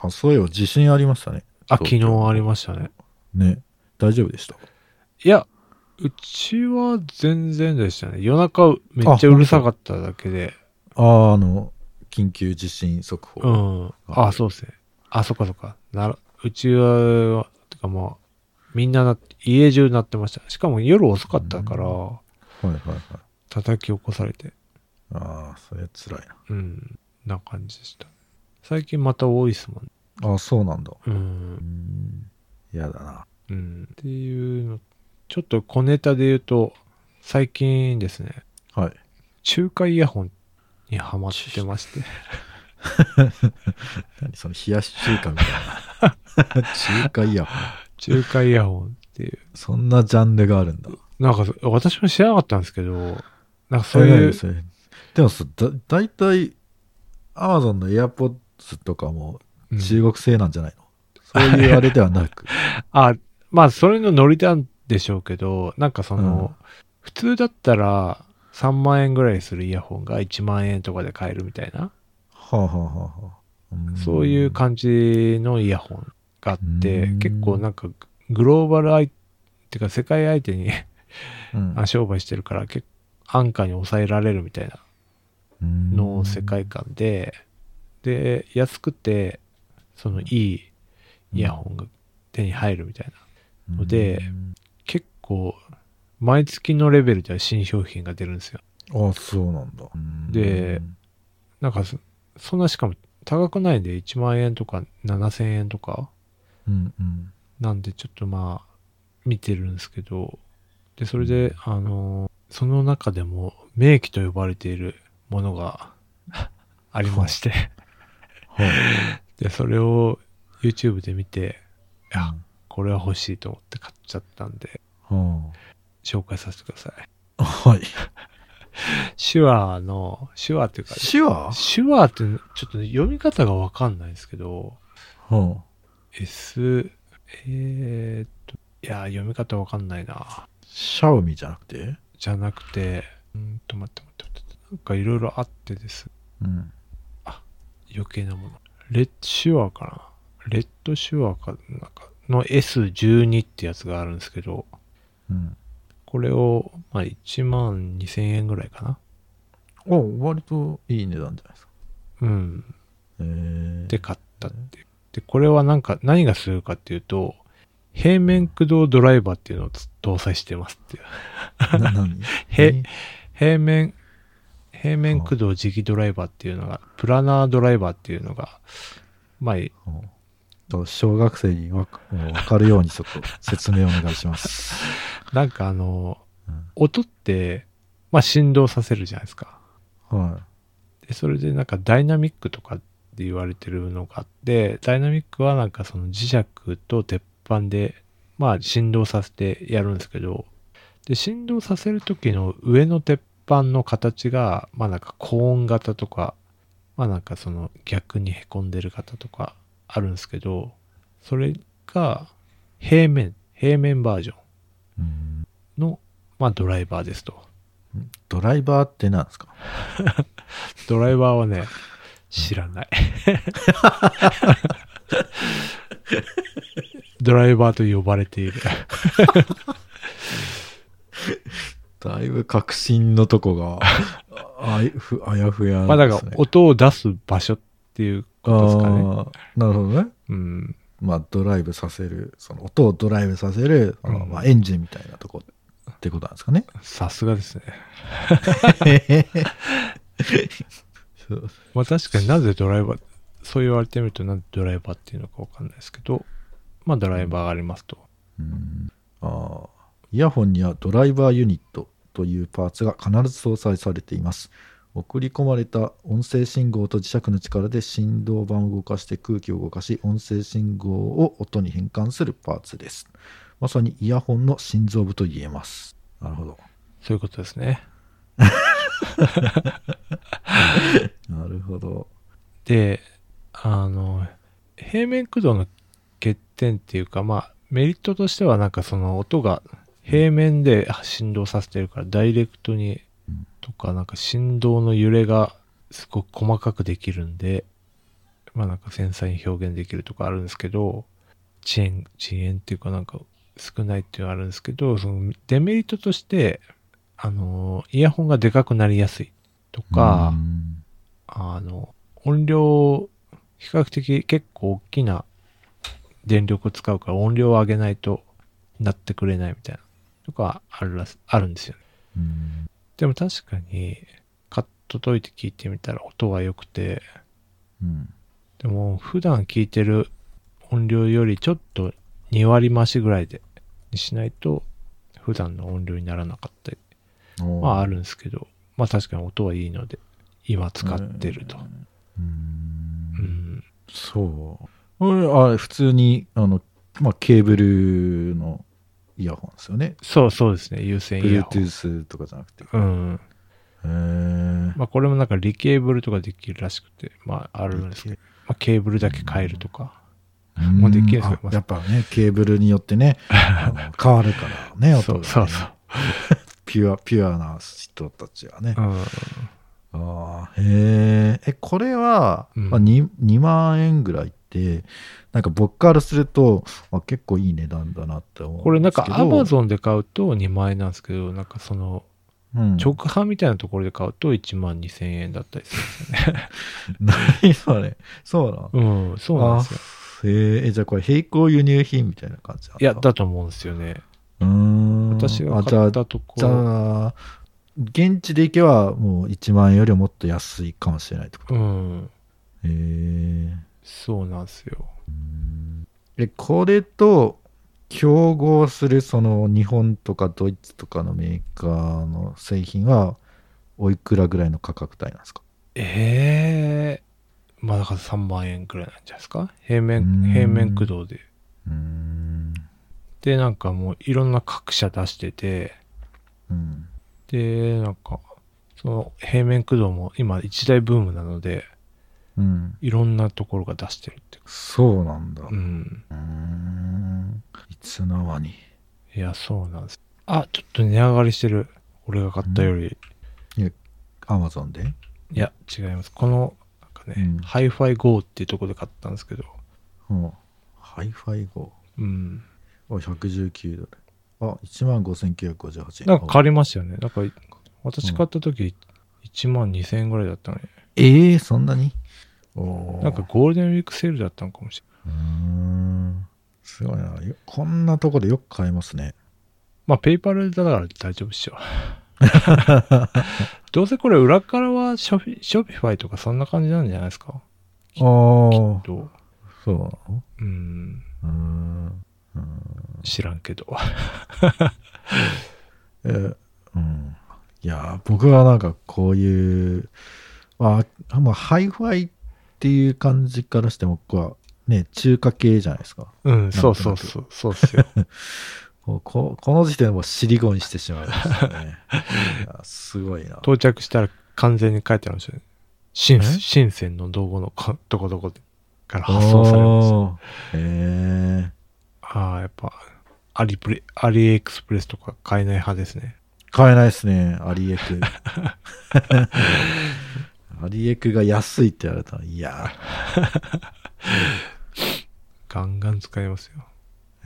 [SPEAKER 1] あ、そういえば地震ありましたね。
[SPEAKER 2] あ、
[SPEAKER 1] そ
[SPEAKER 2] 昨
[SPEAKER 1] う
[SPEAKER 2] 日ありましたね。
[SPEAKER 1] ね。大丈夫でした。
[SPEAKER 2] いや、うちは全然でしたね。夜中めっちゃうるさかっただけで。
[SPEAKER 1] ああ、あの、緊急地震速報。
[SPEAKER 2] うん。あ、そうですね。あ、そっかそっか。なら、うちは、てかまあ、みんなな、家中なってました。しかも夜遅かったから、
[SPEAKER 1] はいはいはい。
[SPEAKER 2] 叩き起こされて。
[SPEAKER 1] ああ、それ辛い
[SPEAKER 2] うん。な感じでした。最近また多いですもん、ね。
[SPEAKER 1] な。ああ、そうなんだ。
[SPEAKER 2] う。
[SPEAKER 1] うんん。嫌だな。
[SPEAKER 2] うん。っていうの、ちょっと小ネタで言うと、最近ですね、
[SPEAKER 1] はい。
[SPEAKER 2] 中華イヤホンにハマってまして。
[SPEAKER 1] 何その冷やし中華みたい な。中華イヤホン。
[SPEAKER 2] 中華イヤホンっていう。
[SPEAKER 1] そんなジャンルがあるんだ。
[SPEAKER 2] なんかそ、私も知らなかったんですけど、なんかそういう、
[SPEAKER 1] それでもさ、だ、大体、アマゾンの AirPods とかも
[SPEAKER 2] うん
[SPEAKER 1] 中国製なんじゃないの、そういうあれではな く。
[SPEAKER 2] あ、まあ、それのノリなんでしょうけど、なんかその、普通だったら3万円ぐらいするイヤホンが1万円とかで買えるみたいな、
[SPEAKER 1] はあ、はあはあはあん
[SPEAKER 2] そういう感じのイヤホンがあって、
[SPEAKER 1] うん
[SPEAKER 2] 結構なんかグローバル相っていうか世界相手に
[SPEAKER 1] うん
[SPEAKER 2] あ商売してるから結構安価に抑えられるみたいなの世界観で、で、安くて、そのいいイヤホンが手に入るみたいな。ので結構、毎月のレベルでは新商品が出るんですよ。
[SPEAKER 1] うんあ、そうなんだ。うん
[SPEAKER 2] で、なんかそ、そんなしかも高くないんで、1万円とか7000円とか、
[SPEAKER 1] うんうん。
[SPEAKER 2] なんでちょっとまあ、見てるんですけど、で、それで、あのーその中でも、名機と呼ばれているものがありまして、
[SPEAKER 1] はい。
[SPEAKER 2] で、それを YouTube で見て、いや
[SPEAKER 1] う、ん
[SPEAKER 2] これは欲しいと思って買っちゃったんで、
[SPEAKER 1] は
[SPEAKER 2] 紹介させてください。
[SPEAKER 1] あ、はい。
[SPEAKER 2] 手話の、手話っていうか、
[SPEAKER 1] 手話
[SPEAKER 2] 手話ってちょっとね読み方がわかんないんですけど、
[SPEAKER 1] は
[SPEAKER 2] S、えーっと、いやー、読み方わかんないな。
[SPEAKER 1] あ、シャオミじゃなくて
[SPEAKER 2] じゃなくて、うーんと、待って待って待って。なんかいろいろあってです。
[SPEAKER 1] うん。
[SPEAKER 2] 余計なもの。レッド手話かな。レッド手話かなんかの S12 ってやつがあるんですけど、
[SPEAKER 1] うん。
[SPEAKER 2] これを、まあ、1万2000円ぐらいかな。
[SPEAKER 1] お、割といい値段じゃないですか。
[SPEAKER 2] うん。
[SPEAKER 1] えー、
[SPEAKER 2] で買ったっていう。で、これはなんか、何がするかっていうと、平面駆動ドライバーっていうのをつ搭載してますっていう。
[SPEAKER 1] な何
[SPEAKER 2] へ平面、平面駆動磁気ドライバーっていうのが、プラナードライバーっていうのが、まあ、い
[SPEAKER 1] うんと小学生にわかもうわかるようにちょっと説明お願いします。
[SPEAKER 2] なんかあの
[SPEAKER 1] うん、
[SPEAKER 2] 音って、まあ振動させるじゃないですか。
[SPEAKER 1] は
[SPEAKER 2] で、それでなんかダイナミックとかって言われてるのがあって、ダイナミックはなんかその磁石と鉄板で、まあ振動させてやるんですけど、で、振動させる時の上の鉄板の形が、まあなんかコーン型とか、まあなんかその逆にへこんでる方とかあるんですけど、それが平面、平面バージョ
[SPEAKER 1] うん
[SPEAKER 2] ンの、まあドライバーですと。
[SPEAKER 1] ドライバーって何ですか
[SPEAKER 2] ドライバーはね、知ら ない。ドライバーと呼ばれている。
[SPEAKER 1] だいぶ革新のとこ がああいふあやふやです、ね。
[SPEAKER 2] まあだから音を出す場所っていうことですか ね。
[SPEAKER 1] あーなるほどね。
[SPEAKER 2] うん。
[SPEAKER 1] まあドライブさせる、その音をドライブさせる、その
[SPEAKER 2] うん
[SPEAKER 1] まあ、エンジンみたいなとこってことなんです かね。
[SPEAKER 2] さすがですね。
[SPEAKER 1] そう
[SPEAKER 2] まあ確かになぜドライバー、そう言われてみるとなぜドライバーっていうのかわかんないですけど、まあドライバーがありますと。
[SPEAKER 1] うんあーイヤホンにはドライバーユニットというパーツが必ず搭載されています。送り込まれた音声信号と磁石の力で振動板を動かして空気を動かし音声信号を音に変換するパーツです。まさにイヤホンの心臓部と言えます。なるほど。
[SPEAKER 2] そういうことですね。
[SPEAKER 1] なるほど。
[SPEAKER 2] で、あの、平面駆動の欠点っていうか、まあメリットとしてはなんかその音が平面で振動させてるからダイレクトに
[SPEAKER 1] うん
[SPEAKER 2] とかなんか振動の揺れがすごく細かくできるんで、まあなんか繊細に表現できるとかあるんですけど、遅延、遅延っていうかなんか少ないっていうのはあるんですけど、そのデメリットとして、あの、イヤホンがでかくなりやすいとか
[SPEAKER 1] う、ん
[SPEAKER 2] あの、音量、比較的結構大きな電力を使うから音量を上げないとなってくれないみたいなとかあるらしあるんですよね。
[SPEAKER 1] うん
[SPEAKER 2] でも確かに、買っと解いて聞いてみたら音は良くて、
[SPEAKER 1] うん
[SPEAKER 2] でも普段聞いてる音量よりちょっと2割増しぐらいでにしないと普段の音量にならなかったり、
[SPEAKER 1] おー
[SPEAKER 2] まああるんですけど、まあ確かに音はいいので、今使ってると。
[SPEAKER 1] う
[SPEAKER 2] うんん。
[SPEAKER 1] そう。俺あれ、普通に、あの、まあ、ケーブルのイヤホンですよね。
[SPEAKER 2] そうそうですね、優先イヤホン。
[SPEAKER 1] Bluetooth とかじゃなくて。へ
[SPEAKER 2] うん。
[SPEAKER 1] え。
[SPEAKER 2] まあこれもなんかリケーブルとかできるらしくて、まああるんですけど、まあケーブルだけ変えるとか。もうできるんですよ
[SPEAKER 1] あやっぱね、ケーブルによって ね、あの変わるからね、
[SPEAKER 2] そ
[SPEAKER 1] 音がね
[SPEAKER 2] うそうそう。
[SPEAKER 1] ピュア、ピュアな人たちはね
[SPEAKER 2] う。ん。
[SPEAKER 1] ああ、へえ。え、これは、
[SPEAKER 2] うん
[SPEAKER 1] まあ、2, 2万円ぐらいって、なんか僕からすると、あ、結構いい値段だなって思う
[SPEAKER 2] これなんかアマ
[SPEAKER 1] ン、
[SPEAKER 2] ゾンで買うと2万円なんですけど、なんかその
[SPEAKER 1] うん、
[SPEAKER 2] 直販みたいなところで買うと1万2千円だったりする。
[SPEAKER 1] 何それそうなの
[SPEAKER 2] うん、そうなんですよ。
[SPEAKER 1] あへえじゃあこれ並行輸入品みたいな感じなん
[SPEAKER 2] いや、だと思うんですよね。
[SPEAKER 1] うーん
[SPEAKER 2] 私が
[SPEAKER 1] あじゃ
[SPEAKER 2] 買っ
[SPEAKER 1] あ
[SPEAKER 2] たとこ
[SPEAKER 1] じ
[SPEAKER 2] ろ。
[SPEAKER 1] ゃあ現地で行けばもう1万円よりもっと安いかもしれないってこと
[SPEAKER 2] うん、
[SPEAKER 1] へえ
[SPEAKER 2] そうなんですよ。
[SPEAKER 1] えこれと競合するその日本とかドイツとかのメーカーの製品はおいくらぐらいの価格帯なんですか
[SPEAKER 2] ええまあだから3万円くらいなんじゃないですか平
[SPEAKER 1] う
[SPEAKER 2] 面、
[SPEAKER 1] ん
[SPEAKER 2] 平面駆動で。
[SPEAKER 1] うーん
[SPEAKER 2] で、なんかもういろんな各社出してて、
[SPEAKER 1] うん
[SPEAKER 2] で、なんか、その平面駆動も今一大ブームなので、
[SPEAKER 1] うん
[SPEAKER 2] いろんなところが出してるっていうか。
[SPEAKER 1] そうなんだ
[SPEAKER 2] うん。
[SPEAKER 1] うーんいつの間に。
[SPEAKER 2] いや、そうなんです。あ、ちょっと値上がりしてる。俺が買ったより。
[SPEAKER 1] アマゾンで
[SPEAKER 2] いや、違います。この、なんかね、
[SPEAKER 1] うん
[SPEAKER 2] ハイファイ GO っていうところで買ったんですけど、
[SPEAKER 1] うん。ハイファイ号。
[SPEAKER 2] うん。
[SPEAKER 1] あ、119ドル。あ、1万5958円。
[SPEAKER 2] なんか
[SPEAKER 1] あ
[SPEAKER 2] 借りましたよね。なんか、私買った時、1万2000円ぐらいだったのに。
[SPEAKER 1] ええそんなにおー
[SPEAKER 2] なんか、ゴールデンウィークセールだったのかもしれない。
[SPEAKER 1] うーん。すごいな。よこんなとこでよく買えますね。
[SPEAKER 2] まあ、ペイパルだから大丈夫っしょ。 どうせこれ裏からはショフィショピファイとかそんな感じなんじゃないですか
[SPEAKER 1] ああ、そ
[SPEAKER 2] どう
[SPEAKER 1] うなの
[SPEAKER 2] うん、
[SPEAKER 1] うーん。うーん
[SPEAKER 2] 知らんけど。
[SPEAKER 1] えーうん。いやー、僕はなんかこういう、まあ、まあ、ハイファイっていう感じからしても、僕はね、中華系じゃないですか。
[SPEAKER 2] うん、そうそうそう、そうっ すよ。
[SPEAKER 1] こここの時点でもう尻込みして しまいましたね。いやすごいな。
[SPEAKER 2] 到着したら完全に書いてあるんですよね。深
[SPEAKER 1] え
[SPEAKER 2] 深センのどこのこ、どこどこから
[SPEAKER 1] あ
[SPEAKER 2] 発送されるんですよ。
[SPEAKER 1] ーへえ。
[SPEAKER 2] ああ、やっぱ、アリプレ、アリエクスプレスとか買えない派ですね。
[SPEAKER 1] 買えないですね、アリエ ク。アリエクが安いって言われたら、いや
[SPEAKER 2] ガンガン使えますよ。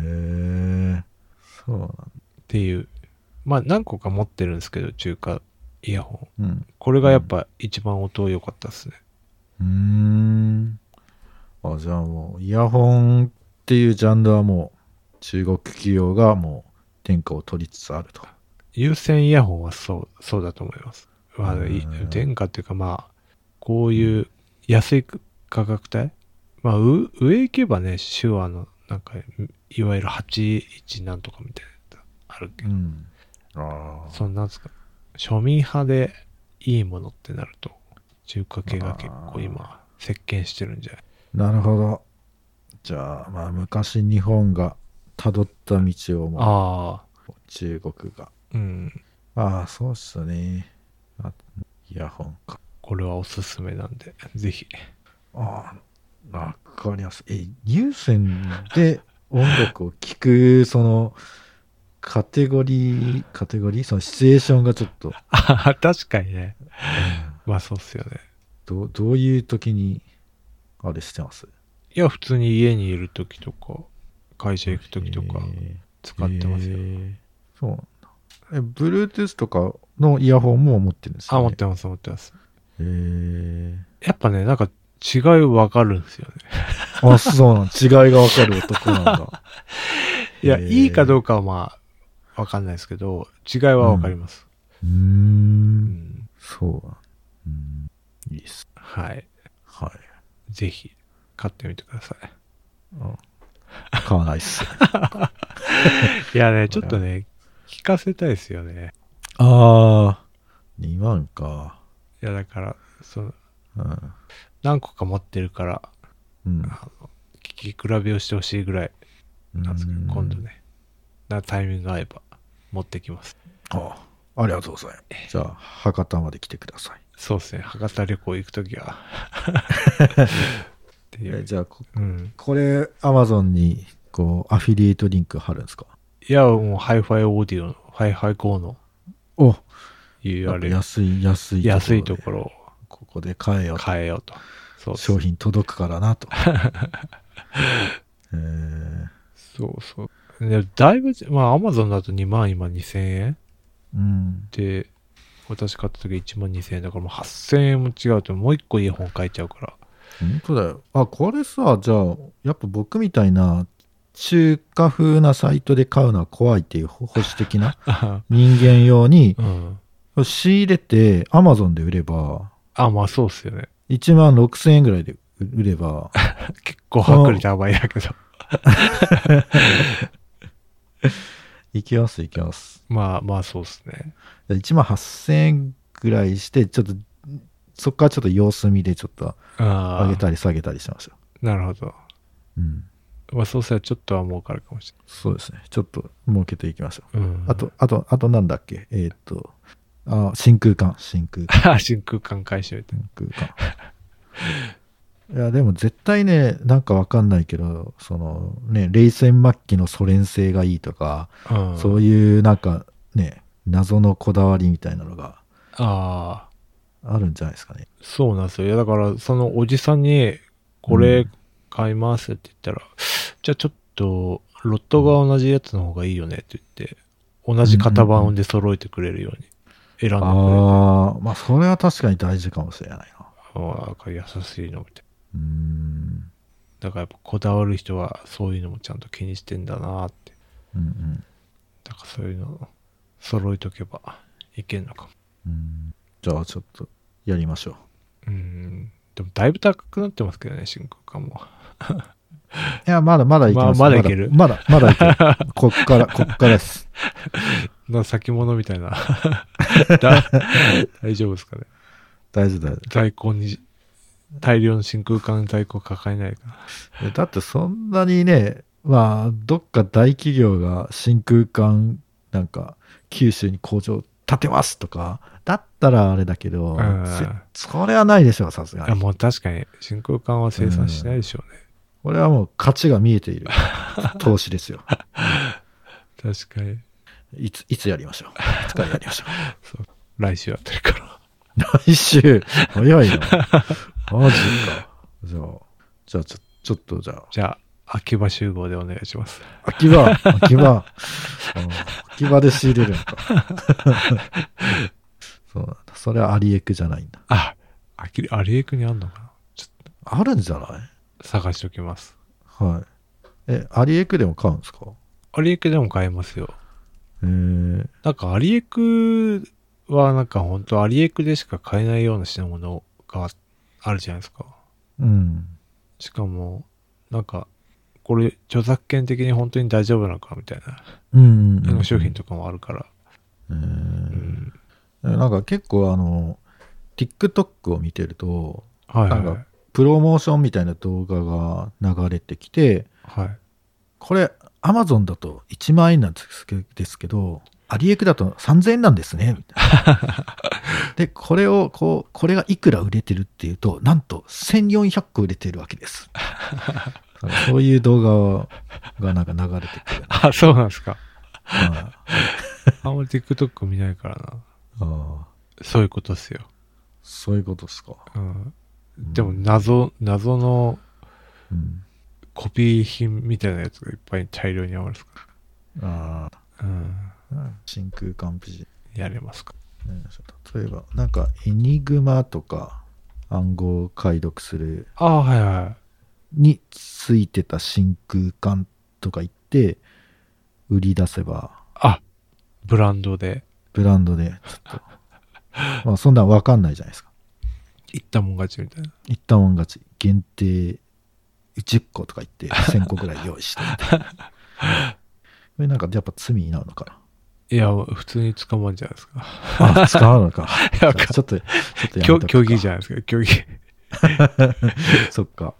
[SPEAKER 1] ー、へえ。そうなんだ。
[SPEAKER 2] っていう。まあ、何個か持ってるんですけど、中華イヤホン。
[SPEAKER 1] うん。
[SPEAKER 2] これがやっぱ一番音良かったですね。
[SPEAKER 1] うーん。あ、じゃあもう、イヤホンっていうジャンルはもう、中国企業がもう、天下を取りつつあると。
[SPEAKER 2] 有線イヤホンはそう、そうだと思います。まあ、い
[SPEAKER 1] うん
[SPEAKER 2] 天下っていうかまあ、こういう安い価格帯まあ、う上行けばね、手話の、なんか、いわゆる81なんとかみたいなやつあるけ
[SPEAKER 1] う
[SPEAKER 2] ど、
[SPEAKER 1] ん。ああ。
[SPEAKER 2] そんなんですか。庶民派でいいものってなると、中華系が結構今、席巻してるんじゃない
[SPEAKER 1] なるほど。じゃあ、まあ、昔日本が辿った道をも
[SPEAKER 2] ああ、
[SPEAKER 1] う、中国が。
[SPEAKER 2] うん。
[SPEAKER 1] ああ、そうっすね。あイヤホンか。
[SPEAKER 2] これはおすすめなんで、ぜひ。
[SPEAKER 1] ああ、わかります。え、有線で音楽を聴く、その、カテゴリー、カテゴリーそのシチュエーションがちょっと、
[SPEAKER 2] ああ、 確かにね。まあ、そうっすよね。
[SPEAKER 1] どうどういう時に、あれしてます
[SPEAKER 2] いや、普通に家にいるときとか、会社行くときとか、
[SPEAKER 1] え
[SPEAKER 2] 使ってますよ。
[SPEAKER 1] えーそうなんだ。え、Bluetooth とかのイヤホンも持ってるんですか、
[SPEAKER 2] あ、
[SPEAKER 1] ね、
[SPEAKER 2] 持ってます、持ってます。
[SPEAKER 1] えー、
[SPEAKER 2] やっぱね、なんか違いわかるんですよね。
[SPEAKER 1] あ、そうなん。違いがわかる男なん だ。
[SPEAKER 2] いや、
[SPEAKER 1] えー
[SPEAKER 2] いいかどうかはまあ、わかんないですけど、違いはわかります。
[SPEAKER 1] うー
[SPEAKER 2] うん。
[SPEAKER 1] ん。そうなん。うん、いいっす。
[SPEAKER 2] はい。
[SPEAKER 1] はい。
[SPEAKER 2] ぜひ、買ってみてください。
[SPEAKER 1] 買わないっす。
[SPEAKER 2] いやね、ちょっとね、聞かせたいですよね。
[SPEAKER 1] ああ。2万か。
[SPEAKER 2] いや、だから、その、
[SPEAKER 1] うん。
[SPEAKER 2] 何個か持ってるから、
[SPEAKER 1] うん。
[SPEAKER 2] あの聞き比べをしてほしいぐらいなんですけど、今度。ね、なタイミングが合えば、持ってきます。
[SPEAKER 1] ああ。ありがとうございます。じゃあ、博多まで来てください。
[SPEAKER 2] そうですね。博多旅行行くと きは。っていう
[SPEAKER 1] え。じゃあこ、
[SPEAKER 2] うん。
[SPEAKER 1] これ、アマゾンに、こう、アフィリエイトリンク貼るんですか
[SPEAKER 2] いや、もう、ハイファイオーディオの、ハイハイ GO の
[SPEAKER 1] おやっぱ
[SPEAKER 2] URL、
[SPEAKER 1] 安い、安いところで。
[SPEAKER 2] 安いところを
[SPEAKER 1] ここで買えよと。
[SPEAKER 2] 変えようと。そうです
[SPEAKER 1] 商品届くから なと。えー
[SPEAKER 2] そうそう。でだいぶ、まあ、アマゾンだと2万今2000円
[SPEAKER 1] うん。
[SPEAKER 2] で、私買った時1万2000円だからもう8000円も違うと、もう一個イヤホン変えちゃうから。
[SPEAKER 1] 本当だよ。あ、これさ、じゃあ、やっぱ僕みたいな、中華風なサイトで買うのは怖いっていう保保守的な 人間用に、
[SPEAKER 2] うん。
[SPEAKER 1] 仕入れて Amazon で売れば、
[SPEAKER 2] あ、まあそうっすよね。
[SPEAKER 1] 1万6000円ぐらいで売れば、
[SPEAKER 2] 結構薄利多売だけど。
[SPEAKER 1] いきますいきます。
[SPEAKER 2] まあまあそうっすね。
[SPEAKER 1] 1万8000円ぐらいして、ちょっと、そこからちょっと様子見でちょっと
[SPEAKER 2] ああ。
[SPEAKER 1] 上げたり下げたりしてましたよ。
[SPEAKER 2] なるほど。
[SPEAKER 1] うん。
[SPEAKER 2] まあ、そうしたらちょっとは儲かるかもし
[SPEAKER 1] そうですね。ちょっと儲けていきましょう。
[SPEAKER 2] れない。うん
[SPEAKER 1] あと、、あと、あとなんだっけえーっと、あ、真空管、真空管、
[SPEAKER 2] 真空管回収みたい
[SPEAKER 1] 真 空管。いや、でも絶対ね、なんかわかんないけど、そのね、冷戦末期のソ連製がいいとか、
[SPEAKER 2] な。うん
[SPEAKER 1] そういうなんかね、謎のこだわりみたいなのが
[SPEAKER 2] ああ、
[SPEAKER 1] あるんじゃないですかね。
[SPEAKER 2] そうなんですよ。いや、だから、そのおじさんに、こ
[SPEAKER 1] う
[SPEAKER 2] れ
[SPEAKER 1] ん
[SPEAKER 2] 買いますって言ったら、じゃあちょっと、ロットが同じやつの方がいいよねって言って、同じ型番で揃えてくれるように選んでくれる。
[SPEAKER 1] ああ、まあそれは確かに大事かもしれないな。
[SPEAKER 2] ああ、なんか優しいのみたいな。
[SPEAKER 1] うーん。
[SPEAKER 2] だからやっぱこだわる人はそういうのもちゃんと気にしてんだなって。
[SPEAKER 1] うんうん。
[SPEAKER 2] だからそういうの揃えとけばいけんのかも。
[SPEAKER 1] うん、じゃあちょっとやりましょう。
[SPEAKER 2] うん。でもだいぶ高くなってますけどね、真空管も。
[SPEAKER 1] いや、まだまだいけます。
[SPEAKER 2] まあまだいける
[SPEAKER 1] まだ、まだいける。 こっから、こっからです。
[SPEAKER 2] な先物みたいな。 だ大丈夫ですかね。
[SPEAKER 1] 大丈夫、大丈
[SPEAKER 2] 在庫に、大量の真空管在庫抱えないかな。
[SPEAKER 1] 夫。だってそんなにね、まあ、どっか大企業が真空管、なんか、九州に工場立てますとか、だったらあれだけど、
[SPEAKER 2] うん
[SPEAKER 1] せそれはないでしょう、さすが
[SPEAKER 2] いや
[SPEAKER 1] に。
[SPEAKER 2] もう確かに真空管は生産しないでしょうね。
[SPEAKER 1] これはもう価値が見えて いる投資ですよ。
[SPEAKER 2] 確かに。
[SPEAKER 1] いつ、いつやりましょう。いつからやりましょ
[SPEAKER 2] そう。来週あたりから。
[SPEAKER 1] う。来週、早いな。マジか。じゃあ、じゃあちょ、ちょっとじゃあ、
[SPEAKER 2] じゃあ、秋葉集合でお願いします。
[SPEAKER 1] 秋葉、秋 葉、うん秋葉で仕入れるのか。 そうなんだ。それはアリエクじゃないんだ。
[SPEAKER 2] あ、あきあリエクにあんのかなちょっ
[SPEAKER 1] あるんじゃない
[SPEAKER 2] と探しときます。
[SPEAKER 1] はい。え、アリエクでも買うんですか
[SPEAKER 2] アリエクでも買えますよ。
[SPEAKER 1] えー、
[SPEAKER 2] なんかアリエクはなんか本当アリエクでしか買えないような品物があるじゃないですか。
[SPEAKER 1] うん。
[SPEAKER 2] しかも、なんか、これ著作権的に本当に大丈夫なのかみたいな、
[SPEAKER 1] うん
[SPEAKER 2] あの商品とかもあるから。
[SPEAKER 1] う。
[SPEAKER 2] うんん。
[SPEAKER 1] なんか結構あの、TikTok を見てると、
[SPEAKER 2] はいは
[SPEAKER 1] ないんかプロモーションみたいな動画が流れてきて、
[SPEAKER 2] はい。はい。
[SPEAKER 1] これ、Amazon だと1万円なんですけですけど、アリエクだと3000円なんですね、みたい な。で、これを、こう、これがいくら売れてるっていうと、なんと1400個売れてるわけです。そういう動画がなんか流れてくる、
[SPEAKER 2] あ、そうなんですか。
[SPEAKER 1] はい
[SPEAKER 2] あんまり TikTok 見ないからな。
[SPEAKER 1] ああ
[SPEAKER 2] そういうことっすよ。
[SPEAKER 1] そういうことですか。
[SPEAKER 2] うん。でも
[SPEAKER 1] うん
[SPEAKER 2] 謎、謎の
[SPEAKER 1] うん
[SPEAKER 2] コピー品みたいなやつがいっぱい大量にあるんですか
[SPEAKER 1] あ
[SPEAKER 2] ら。うん。
[SPEAKER 1] あ、真空管ビジネ
[SPEAKER 2] やれますか。
[SPEAKER 1] ス例えば、なんか、エニグマとか、暗号を解読する
[SPEAKER 2] ああ、はいはい。
[SPEAKER 1] についてた真空管とか言って、売り出せば、
[SPEAKER 2] あ、ブランドで
[SPEAKER 1] ブランドで、ちょっ と。まあ、そんなんわかんないじゃないですか。
[SPEAKER 2] 行ったもん勝ちみたいな。
[SPEAKER 1] 言ったもん勝ち。限定10個とか言って、1000個ぐらい用意してみたい な。これなんか、やっぱ罪になるのかない
[SPEAKER 2] や、普通に捕まるんじゃないです か。
[SPEAKER 1] あ、使うのか。
[SPEAKER 2] なん
[SPEAKER 1] じゃあ
[SPEAKER 2] か、
[SPEAKER 1] ちょっと、ちょっとやめ
[SPEAKER 2] 競
[SPEAKER 1] とくか
[SPEAKER 2] 競技じゃないですか。競技。
[SPEAKER 1] そっか。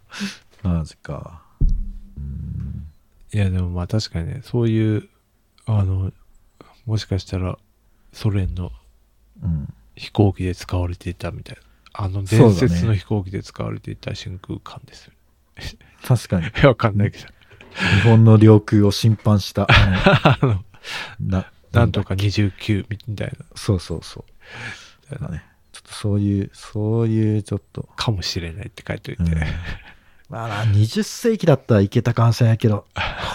[SPEAKER 1] マジか。うん
[SPEAKER 2] いや、でもまあ確かにね、そういう、あの、もしかしたら、ソ連の
[SPEAKER 1] うん。
[SPEAKER 2] 飛行機で使われていたみたいな。あの
[SPEAKER 1] そうだ
[SPEAKER 2] 伝
[SPEAKER 1] ね
[SPEAKER 2] 説の飛行機で使われていた真空管ですよ。
[SPEAKER 1] 確かに、
[SPEAKER 2] いや、わかんないけど。
[SPEAKER 1] 日本の領空を侵犯 した。あ
[SPEAKER 2] あの、
[SPEAKER 1] のな
[SPEAKER 2] なんとか29みたいな。
[SPEAKER 1] そうそうそう。
[SPEAKER 2] だ
[SPEAKER 1] だ
[SPEAKER 2] よ
[SPEAKER 1] ね。ちょっとそういう、そういうちょっと。
[SPEAKER 2] かもしれないって書いておいて。
[SPEAKER 1] うんまあ、20世紀だったらいけたかもしれないけど、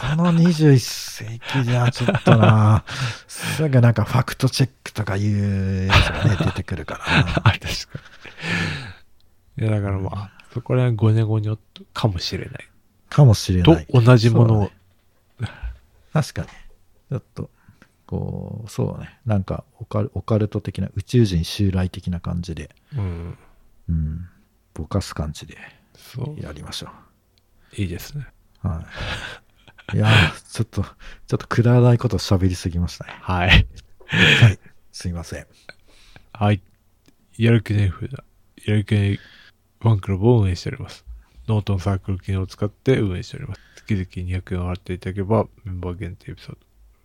[SPEAKER 1] この21世紀じゃちょっと な、すぐなんかファクトチェックとかいうやつがね、出てくるか
[SPEAKER 2] あ、確かに。いや、だからまあ、そこら辺ごねごにょっとかもしれない。
[SPEAKER 1] ら、かもしれ
[SPEAKER 2] と
[SPEAKER 1] ない。
[SPEAKER 2] 同じもの
[SPEAKER 1] そうだ
[SPEAKER 2] を
[SPEAKER 1] ね。確かに。ちょっと、こう、そうだね。なんかオカル、オカルト的な、宇宙人襲来的な感じで、
[SPEAKER 2] うん。
[SPEAKER 1] うん、ぼかす感じで
[SPEAKER 2] そう。
[SPEAKER 1] やりましょ
[SPEAKER 2] いいですね。
[SPEAKER 1] う。はい。いやー、ちょっと、ちょっとくだらないこと喋りすぎましたね。
[SPEAKER 2] はい。
[SPEAKER 1] はい。すいません。
[SPEAKER 2] はい。やる気ない風だ。やる気ないファンクラブを運営しております。ノートのサークル機能を使って運営しております。月々200円を払っていただければ、メンバー限定エピソード、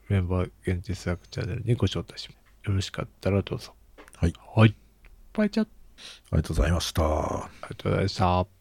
[SPEAKER 2] メンバー限定サークルチャンネルにご招待します。よろしかったらどうぞ。
[SPEAKER 1] はい。
[SPEAKER 2] はい。バイチャあ
[SPEAKER 1] ありがとうございました。
[SPEAKER 2] りがとうございました。